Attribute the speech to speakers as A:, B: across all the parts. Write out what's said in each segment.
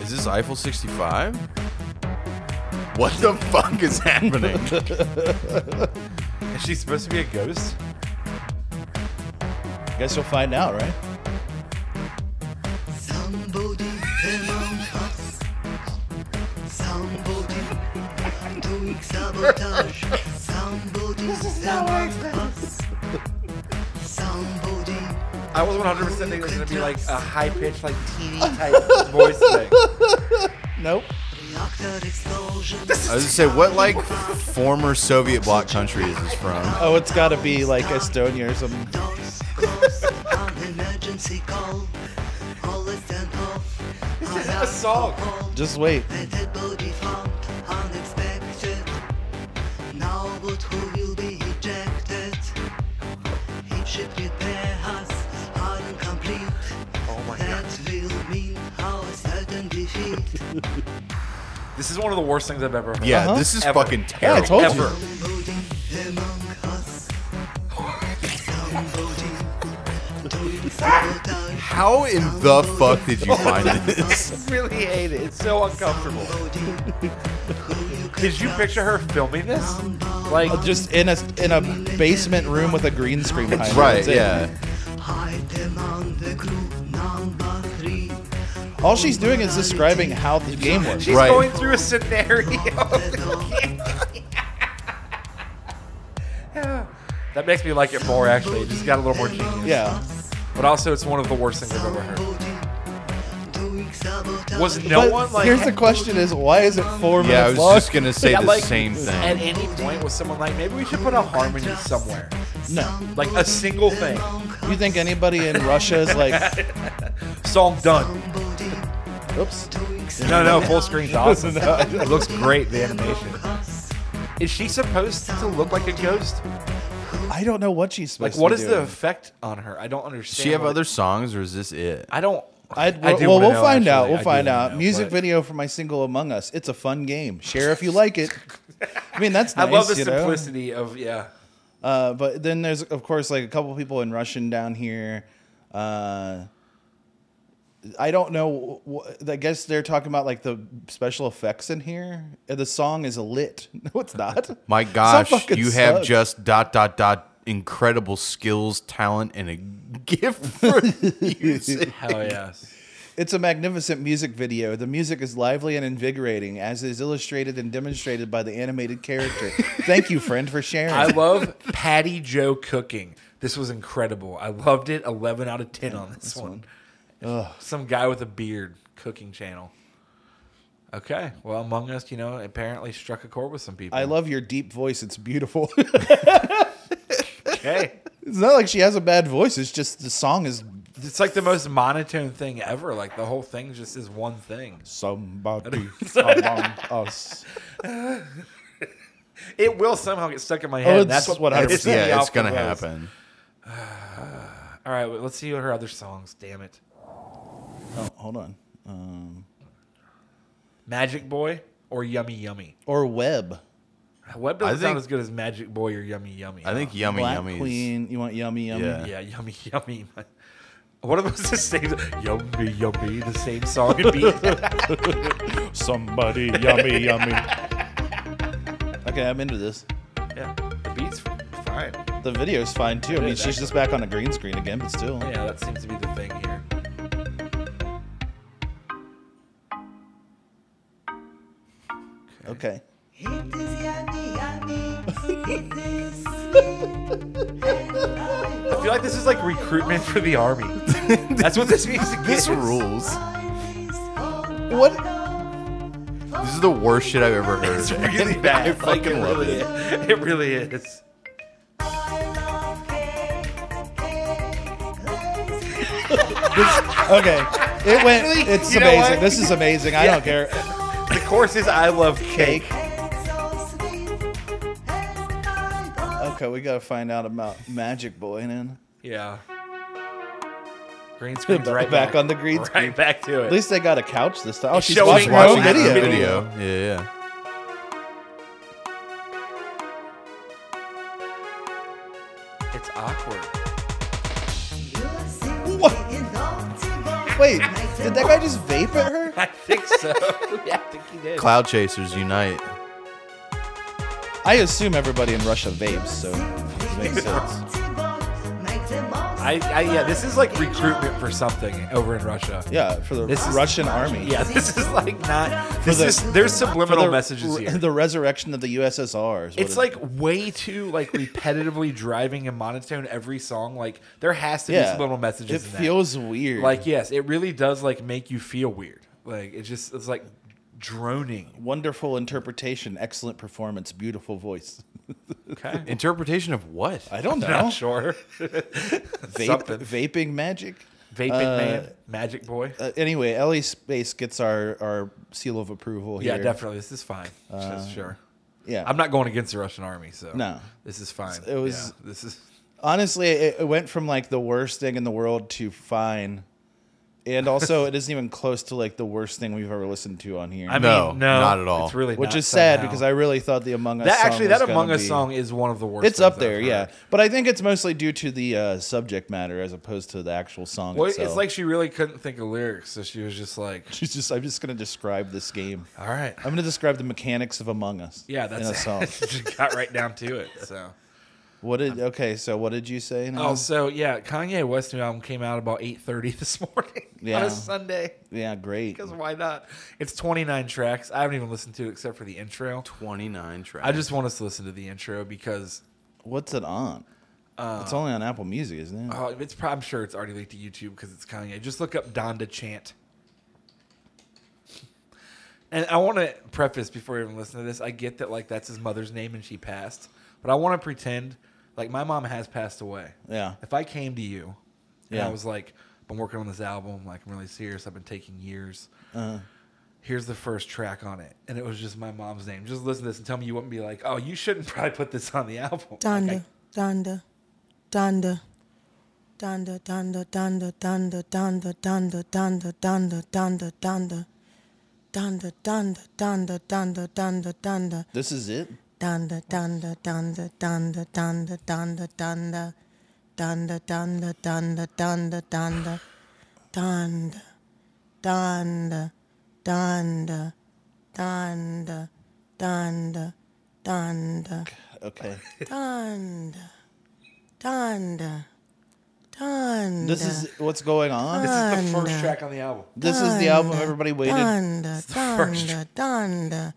A: Is this Eiffel 65? What the fuck is happening? is she supposed to be a ghost?
B: Guess you'll find out, right?
C: Somebody among us. Somebody doing sabotage. Somebody among us. Somebody.
D: I was 100% thinking it was going to be like a high pitched, like TV type voice thing.
B: Nope.
C: Reactor explosion.
A: I was gonna say, what like former Soviet bloc country is this from?
B: Oh, it's got to be like Estonia or something.
C: Doors close on emergency call. All is turned off. This
D: is a song.
B: Just wait.
C: The dead body found unexpected. Now what who will be ejected? It should prepare us are incomplete. Oh my that will mean our certain defeat.
D: This is one of the worst things I've ever heard.
A: Yeah,
B: Uh-huh.
A: this is
D: Ever.
A: fucking
B: Yeah, I
A: terrible.
B: told you.
D: Ever.
C: Somebody among us. Somebody doing sabotage.
A: How in the fuck did you find this?
C: Us.
D: really hate it. It's so uncomfortable.
C: Somebody who you
D: Did you
C: could
D: picture her filming this? Like,
B: Uh, Just in a in a basement room with a green screen behind her.
A: Right,
B: That's it.
A: yeah.
C: Hide them on the crew number three.
B: All she's doing is describing how the game works.
D: she's
A: Right.
D: going through a scenario. that makes me like it more, actually. It just got a little more genius.
B: Yeah.
D: But also, it's one of the worst things I've ever heard. Was no
B: But
D: one like.
B: here's the question: Is why is it four
A: Yeah, I
B: minutes
A: was
B: long?
A: just gonna say
D: Yeah,
A: the
D: like-
A: same thing.
D: At any point, was someone like, maybe we should put a harmony somewhere?
B: No.
D: Like a single thing.
B: You think anybody in Russia is like,
D: Song done.
B: oops?
D: No, no, full screen's awesome.
B: No.
D: It looks great, the animation. Is she supposed to look like a ghost?
B: I don't know what she's supposed
D: Like, what
B: to
D: is
B: do.
D: the effect on her? I don't understand.
A: Does she have
D: what-
A: other songs, or is this it?
D: I don't.
B: I,
D: I do
B: well,
D: wanna
B: we'll
D: know,
B: find out.
D: actually.
B: We'll
D: I do
B: find
D: wanna
B: out.
D: know,
B: Music
D: but-
B: video for my single "Among Us." It's a fun game. Share if you like it. I mean, that's
D: I
B: nice.
D: love the
B: you know?
D: simplicity of yeah.
B: Uh, but then there's of course like a couple people in Russian down here. Uh, I don't know. wh- I guess they're talking about like the special effects in here. Uh, The song is lit. No, it's not.
A: My
B: Song
A: gosh,
B: fucking
A: you have
B: sucks.
A: just dot dot dot incredible skills, talent, and a gift for music.
D: Hell yes.
B: It's a magnificent music video. The music is lively and invigorating, as is illustrated and demonstrated by the animated character. Thank you, friend, for sharing.
D: I love Patty Joe cooking. This was incredible. I loved it. Eleven out of ten on this, one. Some guy with a beard cooking channel. Okay. Well, Among Us, you know, apparently struck a chord with some people.
B: I love your deep voice. It's beautiful.
D: Okay.
B: it's not like she has a bad voice. It's just the song is
D: It's like the most monotone thing ever. Like the whole thing just is one thing.
B: somebody among us.
D: It will somehow get stuck in my head.
B: Oh,
D: and that's
B: it's
D: what
B: 100%.
D: pisses me
A: yeah, it's
D: off the
A: gonna
D: most.
A: happen.
D: All right, well, let's see her other songs. Damn it,
B: Oh, hold on. Um,
D: Magic Boy or Yummy Yummy.
B: or Web.
D: Web doesn't
A: I
D: sound
A: think-
D: as good as Magic Boy or Yummy Yummy.
A: I think
D: huh?
A: Yummy
B: Black
A: Yummy. is-
B: Queen. You want Yummy Yummy?
A: Yeah.
D: Yeah, Yummy Yummy. One of us the same. Yummy Yummy, the same song and beat.
B: Somebody Yummy Yummy. Okay, I'm into this.
D: yeah, the beat's fine.
B: The video's fine too. I mean,
D: is
B: she's just back on a green screen again, but still.
D: Yeah, that seems to be the thing here.
B: Okay.
C: It is yummy, yummy. It is sweet. And I
D: I feel like this is like recruitment for the army. That's what this music is.
A: This rules.
C: find this home.
B: What?
A: This is the worst shit I've ever heard.
D: It's really bad.
A: I fucking
D: Like,
A: love
D: really
A: it.
D: is. It really is.
C: I love cake. Cake. Cake.
B: Okay. It went. It's
D: You know
B: amazing.
D: what?
B: This is amazing. I don't care.
D: The chorus is "I Love Cake."
B: Okay, we gotta find out about Magic Boy then.
D: Yeah. Green screen's
B: Ba-
D: right
B: back
D: back,
B: on the green screen.
D: Right back to it.
B: At least they got a couch this time. Oh, she's
D: Showing
B: watching,
D: her own
B: watching video.
A: video. Yeah, yeah.
D: it's awkward.
B: What? Wait, did that guy just vape at her?
D: I think so. yeah, I think he did.
A: Cloud chasers unite.
B: I assume everybody in Russia vapes, so it makes sense.
D: I, I yeah, this is like recruitment for something over in Russia.
B: Yeah, for the
D: This is-
B: Russian army.
D: Yeah, this is like not. This
B: the-
D: is there's subliminal
B: the,
D: messages here.
B: The resurrection of the USSR. Is what
D: it's like way too like repetitively driving and monotone every song. Like there has to be
B: yeah,
D: subliminal messages.
B: It
D: in that.
B: feels weird.
D: like yes, it really does like make you feel weird. Like it just it's like droning.
B: wonderful interpretation, excellent performance, beautiful voice.
D: Okay,
A: Interpretation of what?
B: I don't know.
D: not sure.
B: Vape,
D: something.
B: vaping magic.
D: Vaping man, magic boy.
B: Uh, anyway, LA Space gets our, our seal of approval here.
D: yeah, definitely. This is fine. Just sure.
B: Yeah.
D: I'm not going against the Russian army, so
B: Uh, No.
D: this is fine.
B: It was-
D: Yeah, this is
B: Honestly, it, it went from like the worst thing in the world to fine. And also, it isn't even close to like the worst thing we've ever listened to on here.
D: I
A: No,
D: mean, no,
A: not at all.
D: It's really
B: which
D: not
B: is sad
D: somehow.
B: because I really thought the Among Us
D: that
B: song
D: actually that
B: was gonna
D: Among Us
B: be-
D: song is one of the worst.
B: It's up
D: things
B: there,
D: I've
B: yeah.
D: heard.
B: But I think it's mostly due to the uh, subject matter as opposed to the actual song
D: Well,
B: itself.
D: it's like she really couldn't think of lyrics, so she was just like,
B: She's just I'm just gonna describe this game.
D: "All right,
B: I'm gonna describe the mechanics of Among Us.
D: yeah,
B: in a
D: that's
B: song.
D: it." she got right down to it. So,
B: what did okay? So what did you say? Now?
D: oh, so yeah, Kanye West new album came out about eight thirty this morning on
B: Yeah.
D: a Sunday.
B: yeah, great.
D: Because why not? It's twenty nine tracks. I haven't even listened to it except for the intro.
A: 29 tracks.
D: I just want us to listen to the intro because
B: What's it on?
D: Uh,
B: it's only on Apple Music, isn't it?
D: Oh, it's prob- I'm sure it's already leaked to YouTube because it's Kanye. Just look up Donda Chant. And I want to preface before you even listen to this. I get that like that's his mother's name and she passed, but I want to pretend like my mom has passed away.
B: Yeah.
D: If I came to you and I
B: Yeah.
D: was like, "Been working on this album. Like I'm really serious. I've been taking years.
B: Uh-huh.
D: Here's the first track on it, and it was just my mom's name. Just listen to this and tell me you wouldn't be like, oh, you shouldn't probably put this on the album. Like, I
E: Donda, Donda, Donda, Donda, Donda, Donda, Donda, Donda, Donda, Donda, Donda, Donda, Donda, Donda, Donda, Donda, Donda, Donda, Donda.
B: This is it.
E: Danda danda danda danda danda danda danda danda danda danda danda danda danda danda danda danda danda danda
B: Okay.
E: danda danda danda
B: This is what's going on. This,
D: This is the first track on the album.
B: is the album everybody waited.
E: Dunda,
D: first.
E: dunda,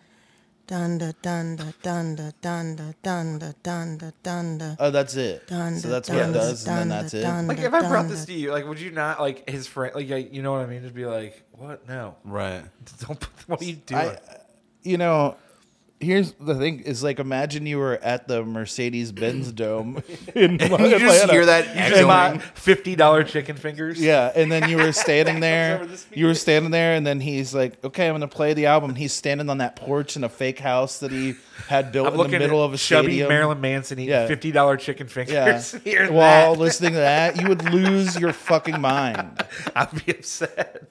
E: dunda, dunda, dunda, dunda, dunda, dunda, dunda, dunda.
B: Oh, that's it.
E: Dun,
B: so that's
E: dun,
B: what it
E: dun,
B: does, and
E: dun,
B: then that's it.
E: dun.
D: Like if I brought this to you, like would you not like his friend? Like like, you know what I mean? Just be like, what? No,
A: right.
D: don't. Put, what are you doing?
B: I, you know, here's the thing: is like imagine you were at the Mercedes Benz Dome in you
A: You just hear that
D: Am I
A: echoing.
D: fifty dollar chicken fingers?
B: Yeah, and then you were standing
D: over
B: there.
D: the speaker.
B: You were standing there, and then he's like, "Okay, I'm gonna play the album." He's standing on that porch in a fake house that he had built
D: I'm
B: in
D: looking
B: the middle
D: at
B: of a
D: chubby
B: stadium.
D: Marilyn Manson eating
B: Yeah.
D: fifty dollar chicken fingers.
B: yeah,
D: Hear
B: while
D: that.
B: listening to that, you would lose your fucking mind.
D: I'd be upset.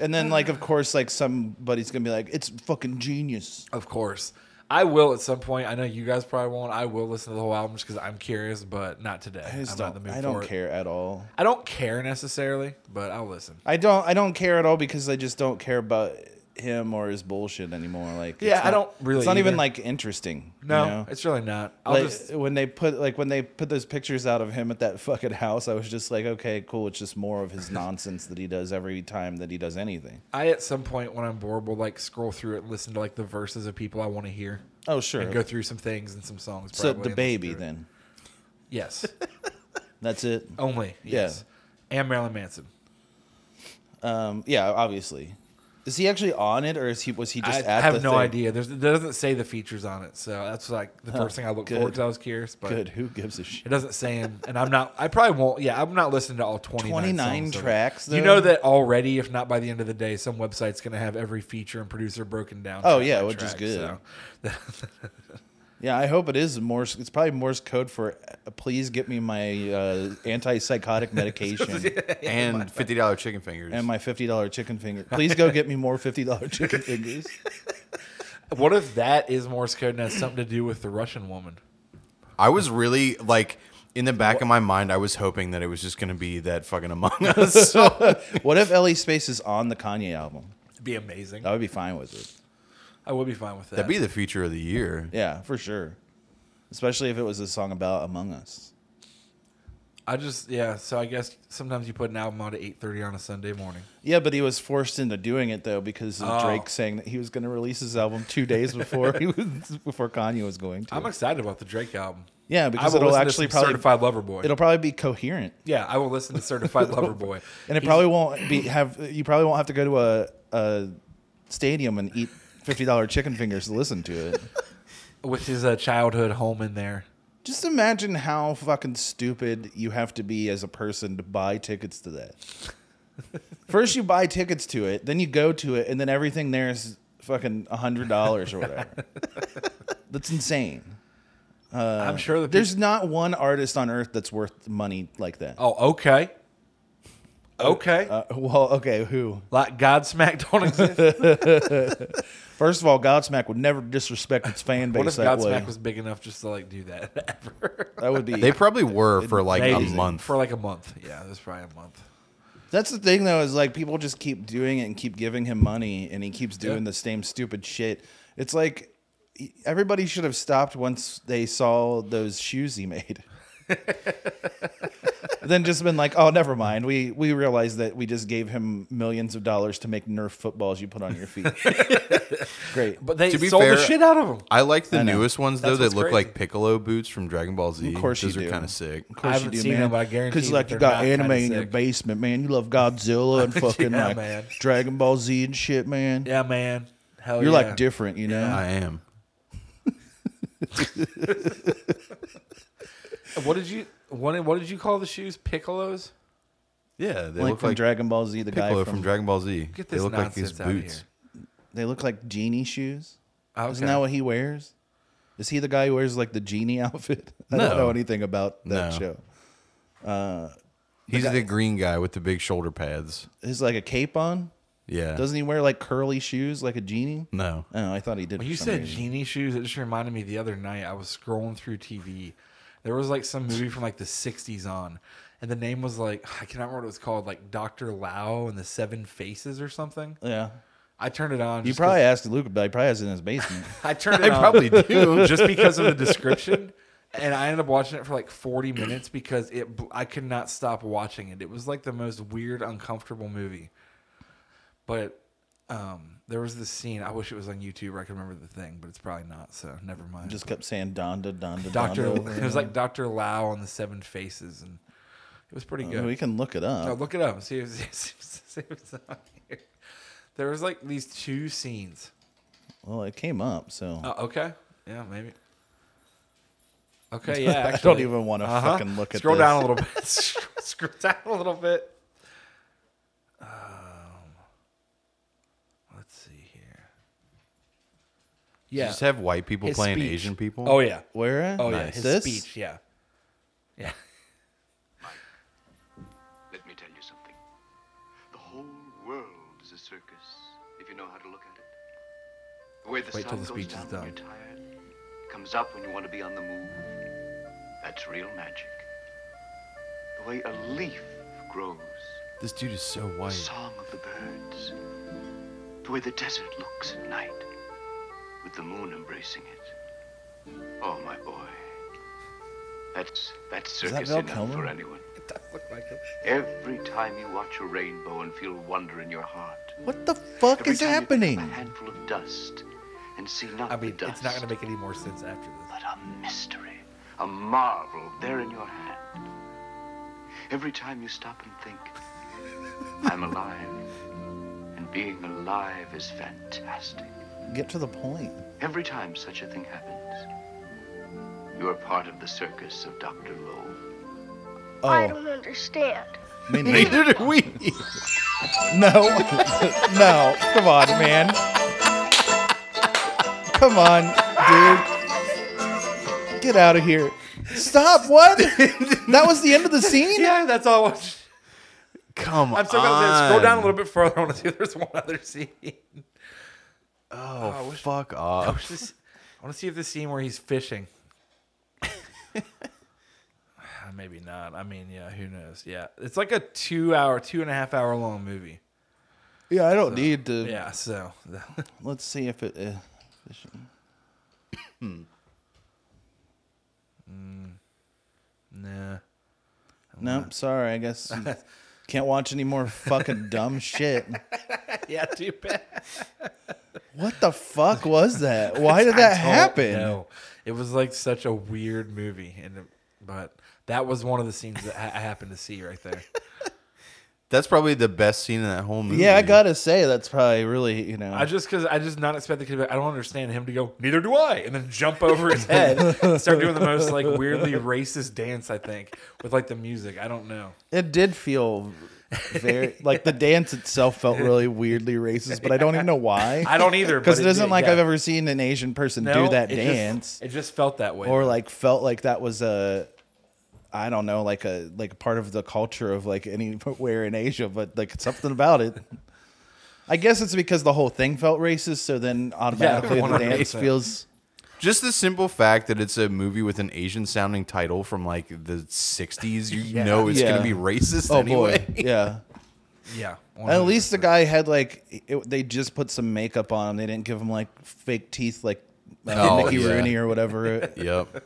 B: And then, like, of course, like somebody's gonna be like, "It's fucking genius."
D: Of course, I will at some point. I know you guys probably won't. I will listen to the whole album just because I'm curious, but not today.
B: I just
D: I'm not in
B: don't.
D: the mood
B: I don't
D: for it.
B: care at all.
D: I don't care necessarily, but I'll listen.
B: I don't. I don't care at all because I just don't care about him or his bullshit anymore. Like, it's
D: Yeah, I
B: not-
D: don't really
B: It's not even
D: either.
B: like interesting. you
D: No,
B: know?
D: it's really not. I'll
B: like
D: just
B: when they put like when they put those pictures out of him at that fucking house, I was just like, okay, cool. It's just more of his nonsense that he does every time that he does anything.
D: I at some point when I'm bored will like scroll through it, and listen to like the verses of people I want to hear,
B: Oh sure.
D: and go through some things and some songs.
B: so
D: probably,
B: the
D: and listen
B: baby
D: through it.
B: then.
D: yes,
B: That's it.
D: only
B: Yeah.
D: yes, and Marilyn Manson.
B: Um, yeah, obviously. Is he actually on it, or is he was he just
D: I
B: at the
D: have no
B: thing?
D: idea. There's, it doesn't say the features on it, so that's like the first thing I look
B: good.
D: for because I was curious. But
B: Good. Who gives a
D: it
B: shit?
D: doesn't say him, and I'm not. I probably won't. Yeah, I'm not listening to all 29,
B: 29
D: songs of it.
B: tracks,
D: You
B: though?
D: know that already. If not by the end of the day, some website's going to have every feature and producer broken down.
B: Oh,
D: track
B: yeah,
D: by
B: which is
D: track,
B: good.
D: so.
B: Yeah, I hope it is Morse. It's probably Morse code for uh, please get me my uh, antipsychotic medication
A: And $50 chicken fingers.
B: and my fifty dollar chicken finger. Please go get me more fifty dollar chicken fingers.
D: What if that is Morse code and has something to do with the Russian woman?
A: I was really like In the back of my mind, I was hoping that it was just going to be that fucking Among Us. song.
B: What if Ellie Space is on the Kanye album?
D: It'd be amazing.
B: I would be fine with it.
D: I would be fine with that.
A: That'd be the feature of the year.
B: Yeah, for sure. Especially if it was a song about Among Us.
D: I just yeah. So I guess sometimes you put an album out at eight thirty on a Sunday morning.
B: Yeah, but he was forced into doing it though because of
D: Oh.
B: Drake saying that he was going to release his album two days before he was before Kanye was going to.
D: I'm excited about the Drake album.
B: yeah, because
D: I will
B: it'll
D: listen to
B: actually
D: some
B: probably
D: Certified Lover Boy.
B: it'll probably be coherent,
D: yeah, I will listen to Certified Lover Boy.
B: and it
D: He's-
B: probably won't be have you probably won't have to go to a a stadium and eat fifty dollar chicken fingers to listen to it.
D: with his uh, childhood home in there.
B: Just imagine how fucking stupid you have to be as a person to buy tickets to that. First, you buy tickets to it, then you go to it, and then everything there is fucking hundred dollars or whatever. that's insane.
D: I'm sure that
B: Uh, There's not one artist on earth that's worth money like that.
D: Oh, okay. Okay.
B: Uh, well, okay, who?
D: like Godsmack don't exist.
B: First of all, Godsmack would never disrespect its fan
D: what if
B: base that way.
D: Godsmack was big enough just to like do that ever?
B: that would be.
A: They probably were for like
B: Amazing.
A: a month.
D: For like a month. Yeah, that's probably a month.
B: That's the thing, though, is like people just keep doing it and keep giving him money, and he keeps doing
D: Yeah.
B: the same stupid shit. It's like e, everybody should have stopped once they saw those shoes he made. then just been like, oh, never mind. We we realized that we just gave him millions of dollars to make Nerf footballs you put on your feet. Great.
D: But they
A: To be
D: sold
A: fair,
D: the shit out of him.
A: I like the
B: know.
A: newest ones though
D: That's
A: that
D: what's
A: look
D: crazy.
A: like Piccolo boots from Dragon Ball Z.
B: Of course you
A: Those are
B: do.
A: kind of sick.
B: Of course
D: I
B: you
D: haven't
B: do,
D: seen
B: man.
D: them, but I guarantee
B: Because
D: you
B: like
D: that
B: you
D: they're
B: got
D: not
B: anime
D: kinda
B: in your
D: sick.
B: basement, man. You love Godzilla and fucking
D: Yeah,
B: like
D: man.
B: Dragon Ball Z and shit, man.
D: Yeah, man. Hell
B: You're
D: yeah.
B: like different, you know.
A: I am.
D: What did you what, what did you call the shoes? Piccolos?
A: Yeah, they
B: like
A: look
B: from
A: like
B: Dragon Ball Z, the guy
A: Piccolo
B: from,
A: from, Dragon Ball Z.
D: Get
A: They
D: this
A: look like these
D: nonsense outta
A: boots.
D: here.
B: they look like genie shoes.
D: Okay.
B: Isn't that what he wears? Is he the guy who wears like the genie outfit? I
A: No.
B: don't know anything about that
A: No.
B: show.
A: He's the green guy with the big shoulder pads.
B: Is like a cape on?
A: Yeah.
B: Doesn't he wear like curly shoes like a genie?
A: no.
B: Oh, I thought he did.
D: When
B: for
D: you
B: some
D: said
B: reason.
D: genie shoes, it just reminded me the other night I was scrolling through TV. There was like some movie from like the '60s on, and the name was like I cannot remember what it was called, like Doctor Lau and the Seven Faces or something.
B: yeah,
D: I turned it on.
B: you
D: just
B: probably asked Luke about. it. He probably has it in his basement.
D: 'cause- I turned it
A: I
D: on
A: probably do.
D: just because of the description, and I ended up watching it for like 40 minutes because it bl- I could not stop watching it. It was like the most weird, uncomfortable movie. But um, there was this scene. I wish it was on YouTube. Where I could remember the thing, but it's probably not. So never mind.
B: Just kept saying Donda, Donda,
D: Doctor.
B: Donda. over
D: It was
B: and
D: like Doctor Lau on the Seven Faces, and it was pretty
B: over.
D: good.
B: Uh, we can look it
D: No,
B: up.
D: look it up. See if, see if- see if it's on here. There was like these two scenes.
B: Well, it came up, so
D: Oh, okay. Yeah, maybe. Okay. Yeah.
B: I
D: actually. Uh-huh.
B: don't even want to fucking look at
D: Scroll
B: this.
D: down a little bit. Scroll down a little bit. Um, let's see here.
A: You
D: Yeah.
A: Just have white people
D: His
A: playing
D: speech.
A: Asian people.
D: Oh yeah.
B: Where? at?
D: Oh yeah. His
B: This?
D: speech. Yeah. Yeah.
F: Let me tell you something. The whole world is a circus if you know how to look at it. The way the
D: Wait till
F: sun
D: the
F: goes
D: speech is
F: down
D: done.
F: when you're tired, comes up when you want to be on the move. That's real magic. The way a leaf grows,
A: This dude is so
F: the
A: white.
F: song of the birds. The way the desert looks at night, with the moon embracing it. Oh my boy. That's that's
B: Is that
F: circus
B: Val
F: enough for
B: Kilmer?
F: anyone.
D: It does look like it.
F: Every time you watch a rainbow and feel wonder in your heart.
B: What the fuck
F: Every
B: is
F: time you pick up
B: happening?
F: A handful of dust and see not
D: I mean,
F: the dust,
D: it's not gonna make any more sense after this.
F: but a mystery, a marvel there in your hand. Every time you stop and think, I'm alive, and being alive is fantastic.
B: Get to the point.
F: Every time such a thing happens, you are part of the circus of Dr. Lowe.
G: I
B: Oh,
G: don't understand.
B: me neither.
A: Neither do we.
B: No, no, come on, man. Come on, dude. Get out of here. Stop, what? that was the end of the scene?
D: Yeah, that's all. I watched.
A: Come
D: I'm still gonna say, scroll down
B: Ah.
D: a little bit further. I want to see if there's one other scene.
A: Oh,
D: wish-
A: fuck
D: I
A: off.
D: wish this- I want to see if the scene where he's fishing. Uh, Maybe not. I mean, yeah, who knows? Yeah. It's like a two hour, two and a half hour long movie.
B: Yeah, I don't need to.
D: Yeah, so
B: Let's see if it. Uh, this-
D: nah.
B: nope, sorry. I guess you can't watch any more fucking dumb shit.
D: Yeah, too bad.
B: What the fuck was that? Why did that happen?
D: Oh, No, it was like such a weird movie, and but that was one of the scenes that I I happened to see right there.
A: That's probably the best scene in that whole movie.
B: Yeah, I gotta say that's probably really you know.
D: I just because I just not expect the kid. I don't understand him to go. Neither do I, and then jump over his head, and start doing the most like weirdly racist dance. I think with like the music. I don't know.
B: it did feel very like the dance itself felt really weirdly racist, but I don't even know why.
D: I don't either
B: because
D: but
B: it
D: it
B: isn't
D: did,
B: like
D: yeah.
B: I've ever seen an Asian person
D: No,
B: do that
D: it just-
B: dance
D: it just felt that way.
B: or like felt like that was a. I don't know, like a like part of the culture of like anywhere in Asia, but like something about it. I guess it's because the whole thing felt racist, so then automatically the dance
D: 100%.
B: feels
A: Just the simple fact that it's a movie with an Asian sounding title from like the 60s, you know it's
B: Yeah.
A: going to be racist
B: oh
A: anyway.
B: boy, yeah.
D: yeah,
B: At least the guy had like it, they just put some makeup on him. They didn't give him like fake teeth like uh,
A: Oh,
B: Mickey
A: yeah.
B: Rooney or whatever.
A: Yep.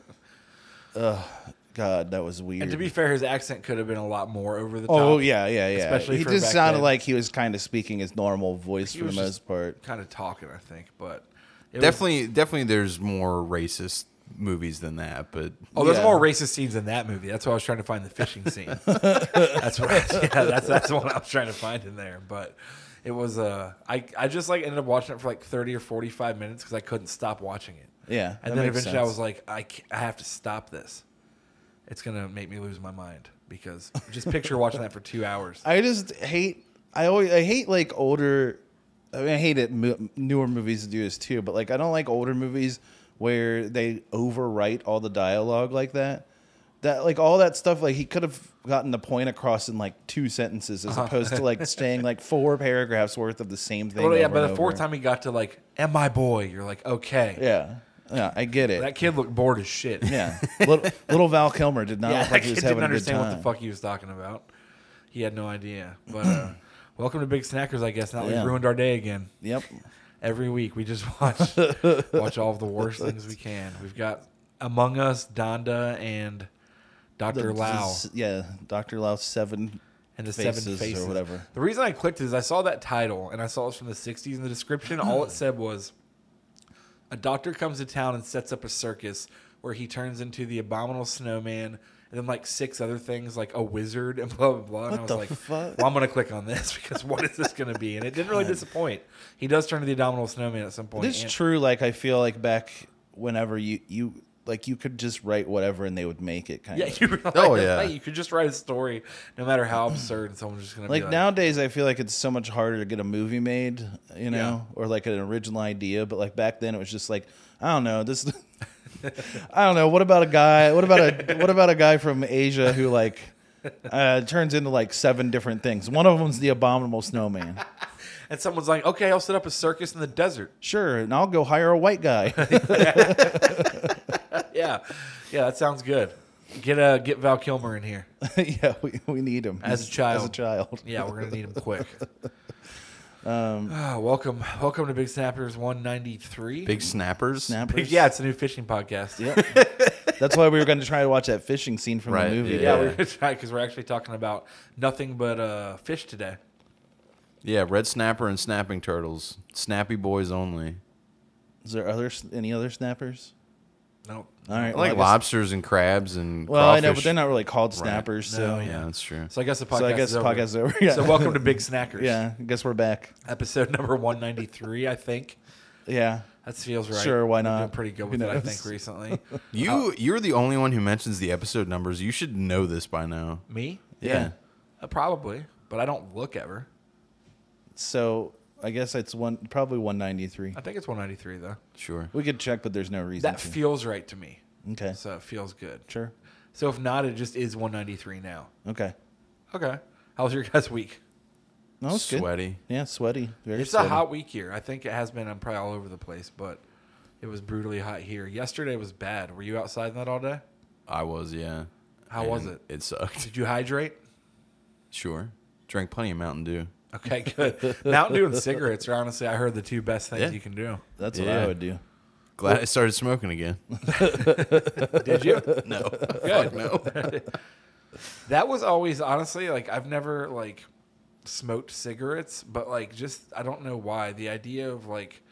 B: God, that was weird.
D: And to be fair, his accent could have been a lot more over the top.
B: oh yeah, yeah, yeah.
D: Especially
B: he
D: for
B: just
D: back
B: sounded
D: then.
B: like he was kind of speaking his normal voice for the
D: was
B: most
D: just-
B: part.
D: kind of talking. I think, but it was-
A: Definitely, definitely there's more racist movies than that, but
D: Oh, there's
B: Yeah.
D: more racist scenes in that movie. That's why I was trying to find the fishing scene. that's what. Yeah, that's that's the one I was trying to find in there. But it was uh, I I just like ended up watching it for like 30 or 45 minutes because I couldn't stop watching it.
B: Yeah, that
D: and then
B: makes
D: eventually I
B: sense.
D: was like, I ca- I have to stop this. It's gonna make me lose my mind because just picture watching that for two hours.
B: I just hate. I always I hate like older. I mean, I hate it. Mo- newer movies do this too, but like I don't like older movies where they overwrite all the dialogue like that. That like all that stuff. Like he could have gotten the point across in like two sentences,
D: Uh-huh.
B: as opposed to like staying like four paragraphs worth of the same thing.
D: Well, yeah,
B: over
D: by
B: and
D: the fourth
B: over.
D: time he got to like, "Am my boy?" You're like, okay,
B: Yeah, yeah, I get it.
D: that kid looked bored as shit.
B: yeah, little, little Val Kilmer did not
D: yeah,
B: look like
D: that
B: he
D: kid
B: was
D: didn't
B: having a good
D: understand
B: time.
D: what the fuck he was talking about. He had no idea. But uh, welcome to Big Snackers, I guess. Now
B: Yeah.
D: we've ruined our day again.
B: Yep.
D: Every week we just watch watch all of the worst things we can. We've got Among Us, Donda, and Doctor Lau
B: Yeah, Doctor Lau seven
D: and the seven
B: faces
D: faces
B: or whatever.
D: The reason I clicked is I saw that title and I saw it was from the '60s in the description. All
B: Hmm.
D: it said was, "A doctor comes to town and sets up a circus where he turns into the abominable snowman." And then like six other things, like a wizard and blah blah blah. And I was
B: the
D: like,
B: fuck?
D: "Well, I'm gonna click on this because what is this gonna be?" And it didn't really disappoint. He does turn to the abominable snowman at some point.
B: It's
D: and-
B: true. Like I feel like back whenever you you like you could just write whatever and they would make it kind
D: Yeah,
B: of.
D: you realize
A: Oh,
D: that,
A: yeah.
D: like, you could just write a story, no matter how absurd. And someone's just gonna
B: Like
D: be like
B: nowadays, I feel like it's so much harder to get a movie made, you know, or like an original idea. But like back then, it was just like I don't know this. I don't know. What about a guy? What about a what about a guy from Asia who like uh, turns into like seven different things? One of them's the abominable snowman.
D: And someone's like, "Okay, I'll set up a circus in the desert."
B: Sure, and I'll go hire a white guy.
D: yeah, yeah, that sounds good. Get uh, get Val Kilmer in here
B: yeah, we, we need him
D: as a child.
B: As a child.
D: Yeah, we're gonna need him quick.
B: Um,
D: Ah, welcome, welcome to Big Snappers one ninety three.
A: big snappers.
B: Snappers.
D: yeah, it's a new fishing podcast. Yeah,
B: That's why we were going to try to watch that fishing scene from
A: Right,
B: the movie.
A: yeah.
D: we're gonna try because we're actually talking about nothing but uh, fish today.
A: Yeah, red snapper and snapping turtles. Snappy boys only.
B: Is there other any other snappers?
D: No,
B: All
A: I
B: right.
A: like
B: well, I guess-
A: lobsters and crabs and
B: Well, I know, but
A: crawfish.
B: they're not really called
A: Right.
D: No,
B: snappers. So
A: Yeah, that's true.
D: so I guess the podcast.
B: So I guess
D: is
B: the
D: over.
B: podcast is over, yeah.
D: So welcome to Big Snackers.
B: yeah, I guess we're back.
D: episode number one ninety three. I think
B: Yeah.
D: that feels right.
B: Sure, why
D: We've
B: not?
D: Been pretty
B: Who
D: good with it, I
B: knows?
D: think, recently.
B: uh,
A: You you're the only one who mentions the episode numbers. You should know this by now.
D: Me?
B: Yeah.
D: Uh, probably, but I don't look ever.
B: So I guess it's one probably 193.
D: I think it's 193 though.
A: Sure.
B: We could check, but there's no reason.
D: That
B: to.
D: feels right to me.
B: okay.
D: So it feels good.
B: Sure.
D: So if not, it just is 193 now.
B: Okay.
D: Okay. How was your guys' week?
B: No, it's good.
A: Sweaty.
B: Yeah, sweaty. Very
D: It's
B: sweaty.
D: a hot week here. I think it has been. I'm probably all over the place, but it was brutally hot here. Yesterday was bad. Were you outside in that all day?
A: I was, yeah.
D: How was
A: and
D: it?
A: It sucked.
D: Did you hydrate?
A: Sure. Drank plenty of Mountain Dew.
D: Okay, good. Mountain Dew and cigarettes are honestly, I heard the two best things
A: Yeah.
D: you can do.
B: That's what I
A: Yeah.
B: would do.
A: Glad I started smoking again.
D: Did you?
A: No.
D: good. that was always honestly like I've never like smoked cigarettes, but like just I don't know why the idea of like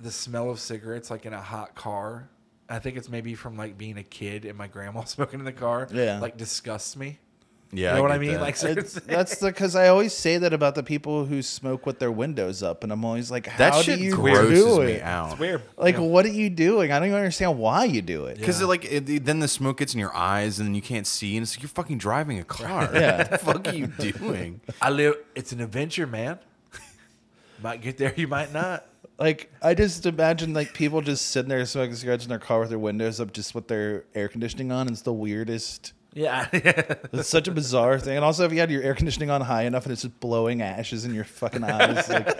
D: the smell of cigarettes like in a hot car. I think it's maybe from like being a kid and my grandma smoking in the car.
B: Yeah.
D: like disgusts me.
A: Yeah.
D: You know what I
A: get
D: mean?
A: that.
D: Like
B: It's,
D: seriously.
B: that's because I always say that about the people who smoke with their windows up, and I'm always like, how
A: that shit
B: do you
A: grosses
B: do
A: me
B: it?
A: out.
D: It's weird.
B: Like,
D: Yeah.
B: what are you doing? I don't even understand why you do it.
A: Because like it, then the smoke gets in your eyes and then you can't see and it's like you're fucking driving a car.
B: Yeah.
A: what the fuck are you doing?
D: I live. It's an adventure, man. might get there, you might not.
B: Like, I just imagine like people just sitting there smoking cigarettes in their car with their windows up, just with their air conditioning on. It's the weirdest.
D: Yeah,
B: It's such a bizarre thing. And also, if you had your air conditioning on high enough and it's just blowing ashes in your fucking eyes, like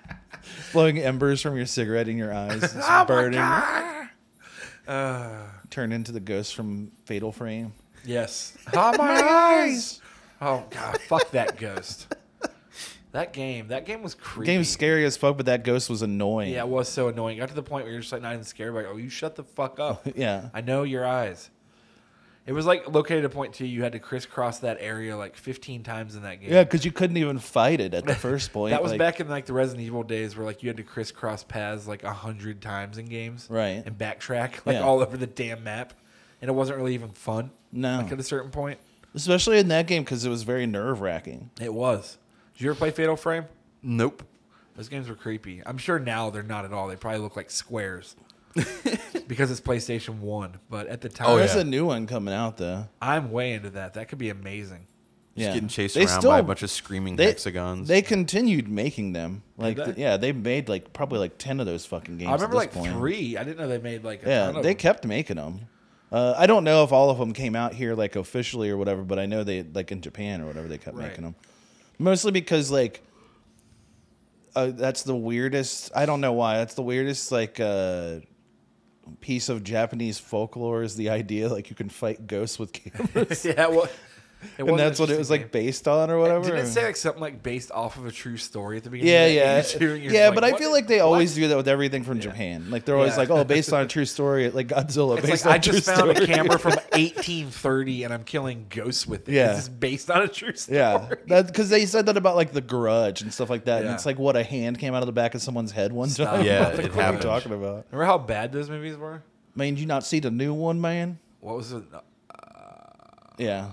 B: blowing embers from your cigarette in your eyes,
A: Oh
B: it's
D: Oh
B: burning. Turn into the ghost from Fatal Frame.
D: Yes. Ah, my eyes. Oh god, fuck that ghost. That game, that game was creepy.
B: Game's scary as fuck, but that ghost was annoying.
D: Yeah, it was so annoying. It got to the point where you're just like not even scared. Like, oh, you shut the fuck up.
B: Yeah.
D: I know your eyes. It was like located at point two. You had to crisscross that area like 15 times in that game.
B: Yeah, because you couldn't even fight it at the first point.
D: That was
B: like-
D: back in like the Resident Evil days, where like you had to crisscross paths like a hundred times in games,
B: Right.
D: And backtrack like
B: Yeah.
D: all over the damn map, and it wasn't really even fun.
B: No.
D: like at a certain point,
B: Especially in that game because it was very nerve wracking.
D: it was. Did you ever play Fatal Frame?
A: Nope.
D: Those games were creepy. I'm sure now they're not at all. They probably look like squares because it's PlayStation 1. But at the time,
A: Oh,
B: There's
A: yeah.
B: a new one coming out, though.
D: I'm way into that. That could be amazing.
A: Just
B: yeah.
A: getting chased
B: They
A: around
B: still-
A: by a bunch of screaming
B: they-
A: hexagons.
B: They continued making them. Like,
D: Did
B: th-
D: they?
B: yeah, they made like probably like ten of those fucking games.
D: I remember
B: at
D: like
B: this point.
D: three. I didn't know they made like a
B: Yeah,
D: ton of
B: they
D: them.
B: kept making them. Uh, I don't know if all of them came out here like officially or whatever, but I know they like in Japan or whatever they kept
D: Right.
B: making them. Mostly because like uh, that's the weirdest. I don't know why. That's the weirdest like uh, piece of Japanese folklore is the idea like you can fight ghosts with cameras,
D: yeah, well, it
B: and
D: an
B: that's what it
D: interesting
B: was like
D: game.
B: based on or whatever.
D: Didn't it say like something like based off of a true story at the beginning?
B: Yeah,
D: of that
B: yeah,
D: game, too? And you're
B: yeah.
D: just
B: but I
D: what?
B: feel like they always do that with everything from Japan. Like they're always
D: Yeah.
B: like, "Oh, based on a true story, like Godzilla."
D: It's
B: based
D: like
B: on
D: I
B: a true
D: just found
B: story.
D: a camera from 1830 and I'm killing ghosts with it.
B: Yeah.
D: This is based on a true story.
B: Yeah, that because they said that about like the Grudge and stuff like that,
D: Yeah.
B: and it's like what a hand came out of the back of someone's head one
D: Stop.
B: time.
A: yeah,
B: Like,
A: it
B: what are you
A: happened.
B: talking about?
D: Remember how bad those movies were?
B: Man, did you not see the new one, man?
D: What was it?
B: Yeah,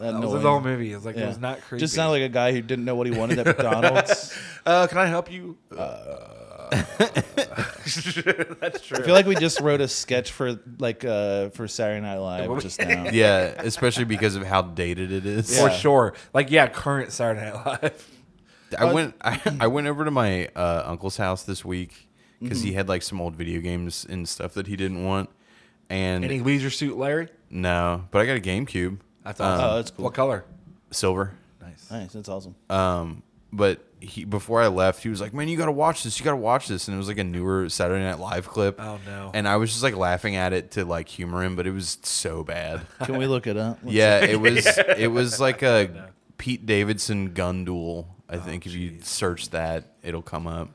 B: that,
D: That was
B: annoying.
D: the whole movie. It was like
B: Yeah.
D: it was not creepy.
B: Just sounded like a guy who didn't know what he wanted at McDonald's.
D: Uh, can I help you? Uh, That's true.
B: I feel like we just wrote a sketch for like uh for Saturday Night Live just now.
A: yeah, especially because of how dated it is.
D: For
B: Yeah.
D: sure. Like, yeah, current Saturday Night Live.
A: I went I, I went over to my uh, uncle's house this week because
B: Mm-hmm.
A: he had like some old video games and stuff that he didn't want. And
D: Any leisure suit, Larry?
A: no, but I got a GameCube,
D: That's awesome.
B: Oh, that's cool.
D: Um, What color?
A: silver.
D: Nice.
B: Nice, that's awesome.
A: But he before I left, he was like, "Man, you gotta watch this. You gotta watch this." And it was like a newer Saturday Night Live clip.
D: Oh, no.
A: And I was just like laughing at it to like humor him, but it was so bad.
B: Can we look it up? Let's
A: yeah, it was it was like a Pete Davidson gun duel. I
B: Oh,
A: think if you search that, it'll come up.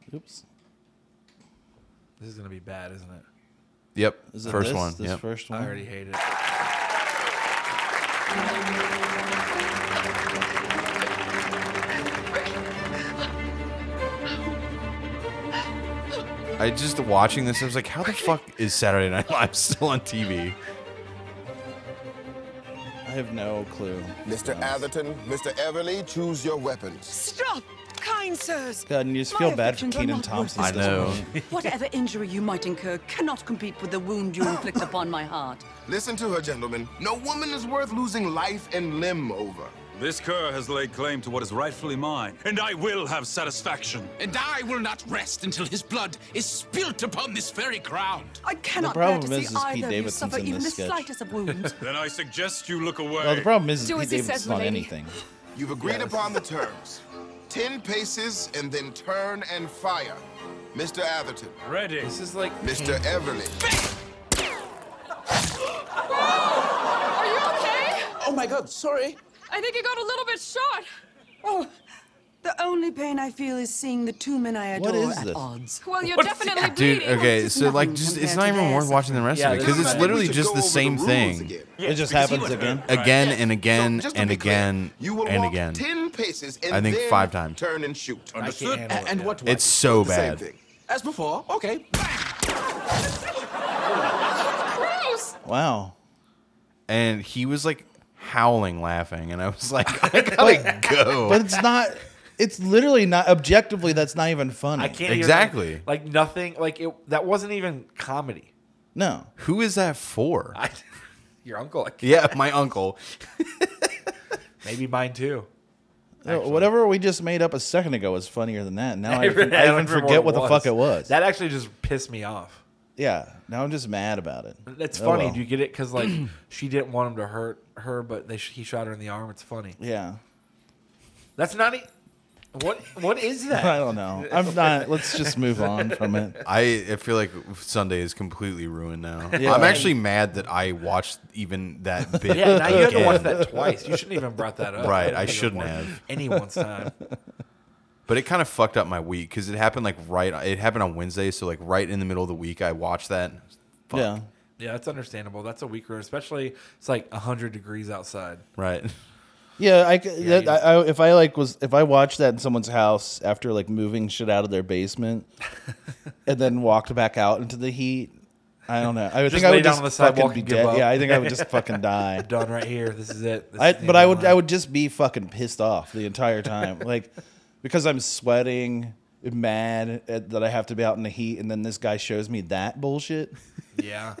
B: see. Oops.
D: This is going to be bad, isn't it?
A: Yep,
B: Is it
A: first
B: this?
A: one.
B: This
A: yep.
B: first
D: I
B: one.
D: already hate it.
A: I just watching this, I was like, how the fuck is Saturday Night Live still on TV?
B: I have no clue.
H: Mr. Atherton, Mr. Everly, choose your weapons.
I: Stop, kind sirs.
B: God, and you just
I: My
B: feel bad for
I: afflictions are
B: Keenan
I: not
B: Thompson.
I: worth
A: I
B: at this
A: know.
B: point.
I: Whatever injury you might incur cannot compete with the wound you inflict upon my heart.
H: Listen to her, gentlemen. No woman is worth losing life and limb over.
J: This cur has laid claim to what is rightfully mine, and I will have satisfaction.
K: And I will not rest until his blood is spilt upon this very ground.
I: I cannot bear
B: problem
I: to
B: is- is
I: see
B: Pete
I: either of you
B: Davidson's
I: suffer
B: in
I: even the
B: this sketch.
I: slightest of wounds.
J: Then I suggest you look away.
B: Well, the problem is
I: Do
B: Pete
I: as he says,
B: Davidson's not
I: m'lady.
B: anything.
H: You've agreed upon the terms. Ten paces and then turn and fire. Mr. Atherton.
J: Ready.
D: This is like
H: Mr. Everly.
L: Are you okay?
K: Oh my god, sorry.
L: I think you got a little bit shot.
I: Oh, the only pain I feel is seeing the two men I adore
A: What is
I: at
A: this?
I: odds.
L: Well, you're
I: What's
L: definitely
I: that?
A: Dude, okay, so like, just it's not even worth watching the rest
B: Yeah,
A: of it because
B: there's
A: it's
B: nothing. We
A: literally
B: should
A: just
B: go
A: the
B: over the
A: same
B: rules
A: thing.
B: again. Yeah, It just because he happens was again. hurt, right?
A: again
B: Yes.
A: and again
H: Just to
A: and
H: be clear,
A: again
H: you will
A: and
H: walk
A: again.
H: ten paces and
A: I think
H: then
A: five times.
H: Turn and shoot.
K: Understood. A- and what was
A: It's so
K: it?
A: bad.
K: As before, okay.
L: Gross.
B: Wow.
A: And he was like howling, laughing, and I was like, I gotta go.
B: But it's not. It's literally not objectively. That's not even funny.
D: I can't even- like nothing. Like it. That wasn't even comedy.
B: no.
A: Who is that for?
D: Your uncle. Like,
A: yeah, my uncle.
D: Maybe mine too.
B: No, whatever we just made up a second ago was funnier than that. Now I,
D: don't
B: even, I even
D: remember
B: forget
D: what
B: what
D: it
B: the fuck it was.
D: That actually just pissed me off.
B: yeah. Now I'm just mad about it.
D: That's
B: Oh,
D: funny.
B: well.
D: Do you get it? Because like she didn't want him to hurt her, but they sh- he shot her in the arm. It's funny.
B: Yeah.
D: That's not. E- what What is that?
B: I don't know. I'm not. Let's just move on from it.
A: I, I feel like Sunday is completely ruined now.
B: Yeah.
A: I'm actually mad that I watched even that bit.
D: Yeah, now you had to
A: again.
D: watch that twice. You shouldn't even brought that up.
A: Right,
D: You
A: I
D: could've
A: shouldn't
D: won
A: have.
D: Anyone's time.
A: But it kind of fucked up my week because it happened like right. It happened on Wednesday, so like right in the middle of the week, I watched that. and I was- Fuck.
B: Yeah.
D: Yeah, that's understandable. That's a weaker, especially it's like hundred degrees outside.
A: Right.
B: Yeah, I, c- that, I, I if I like was if I watched that in someone's house after like moving shit out of their basement, and then walked back out into the heat. I don't know. I would
D: Just
B: think I
D: lay
B: would
D: down
B: just
D: on the
B: fucking
D: sidewalk
B: be
D: and give
B: dead.
D: up.
B: Yeah, I think I would just fucking die.
D: Done right here. This is it. This
B: I,
D: is the end
B: but I
D: of
B: would
D: mine.
B: I would just be fucking pissed off the entire time, like because I'm sweating, mad at, that I have to be out in the heat, and then this guy shows me that bullshit.
D: Yeah.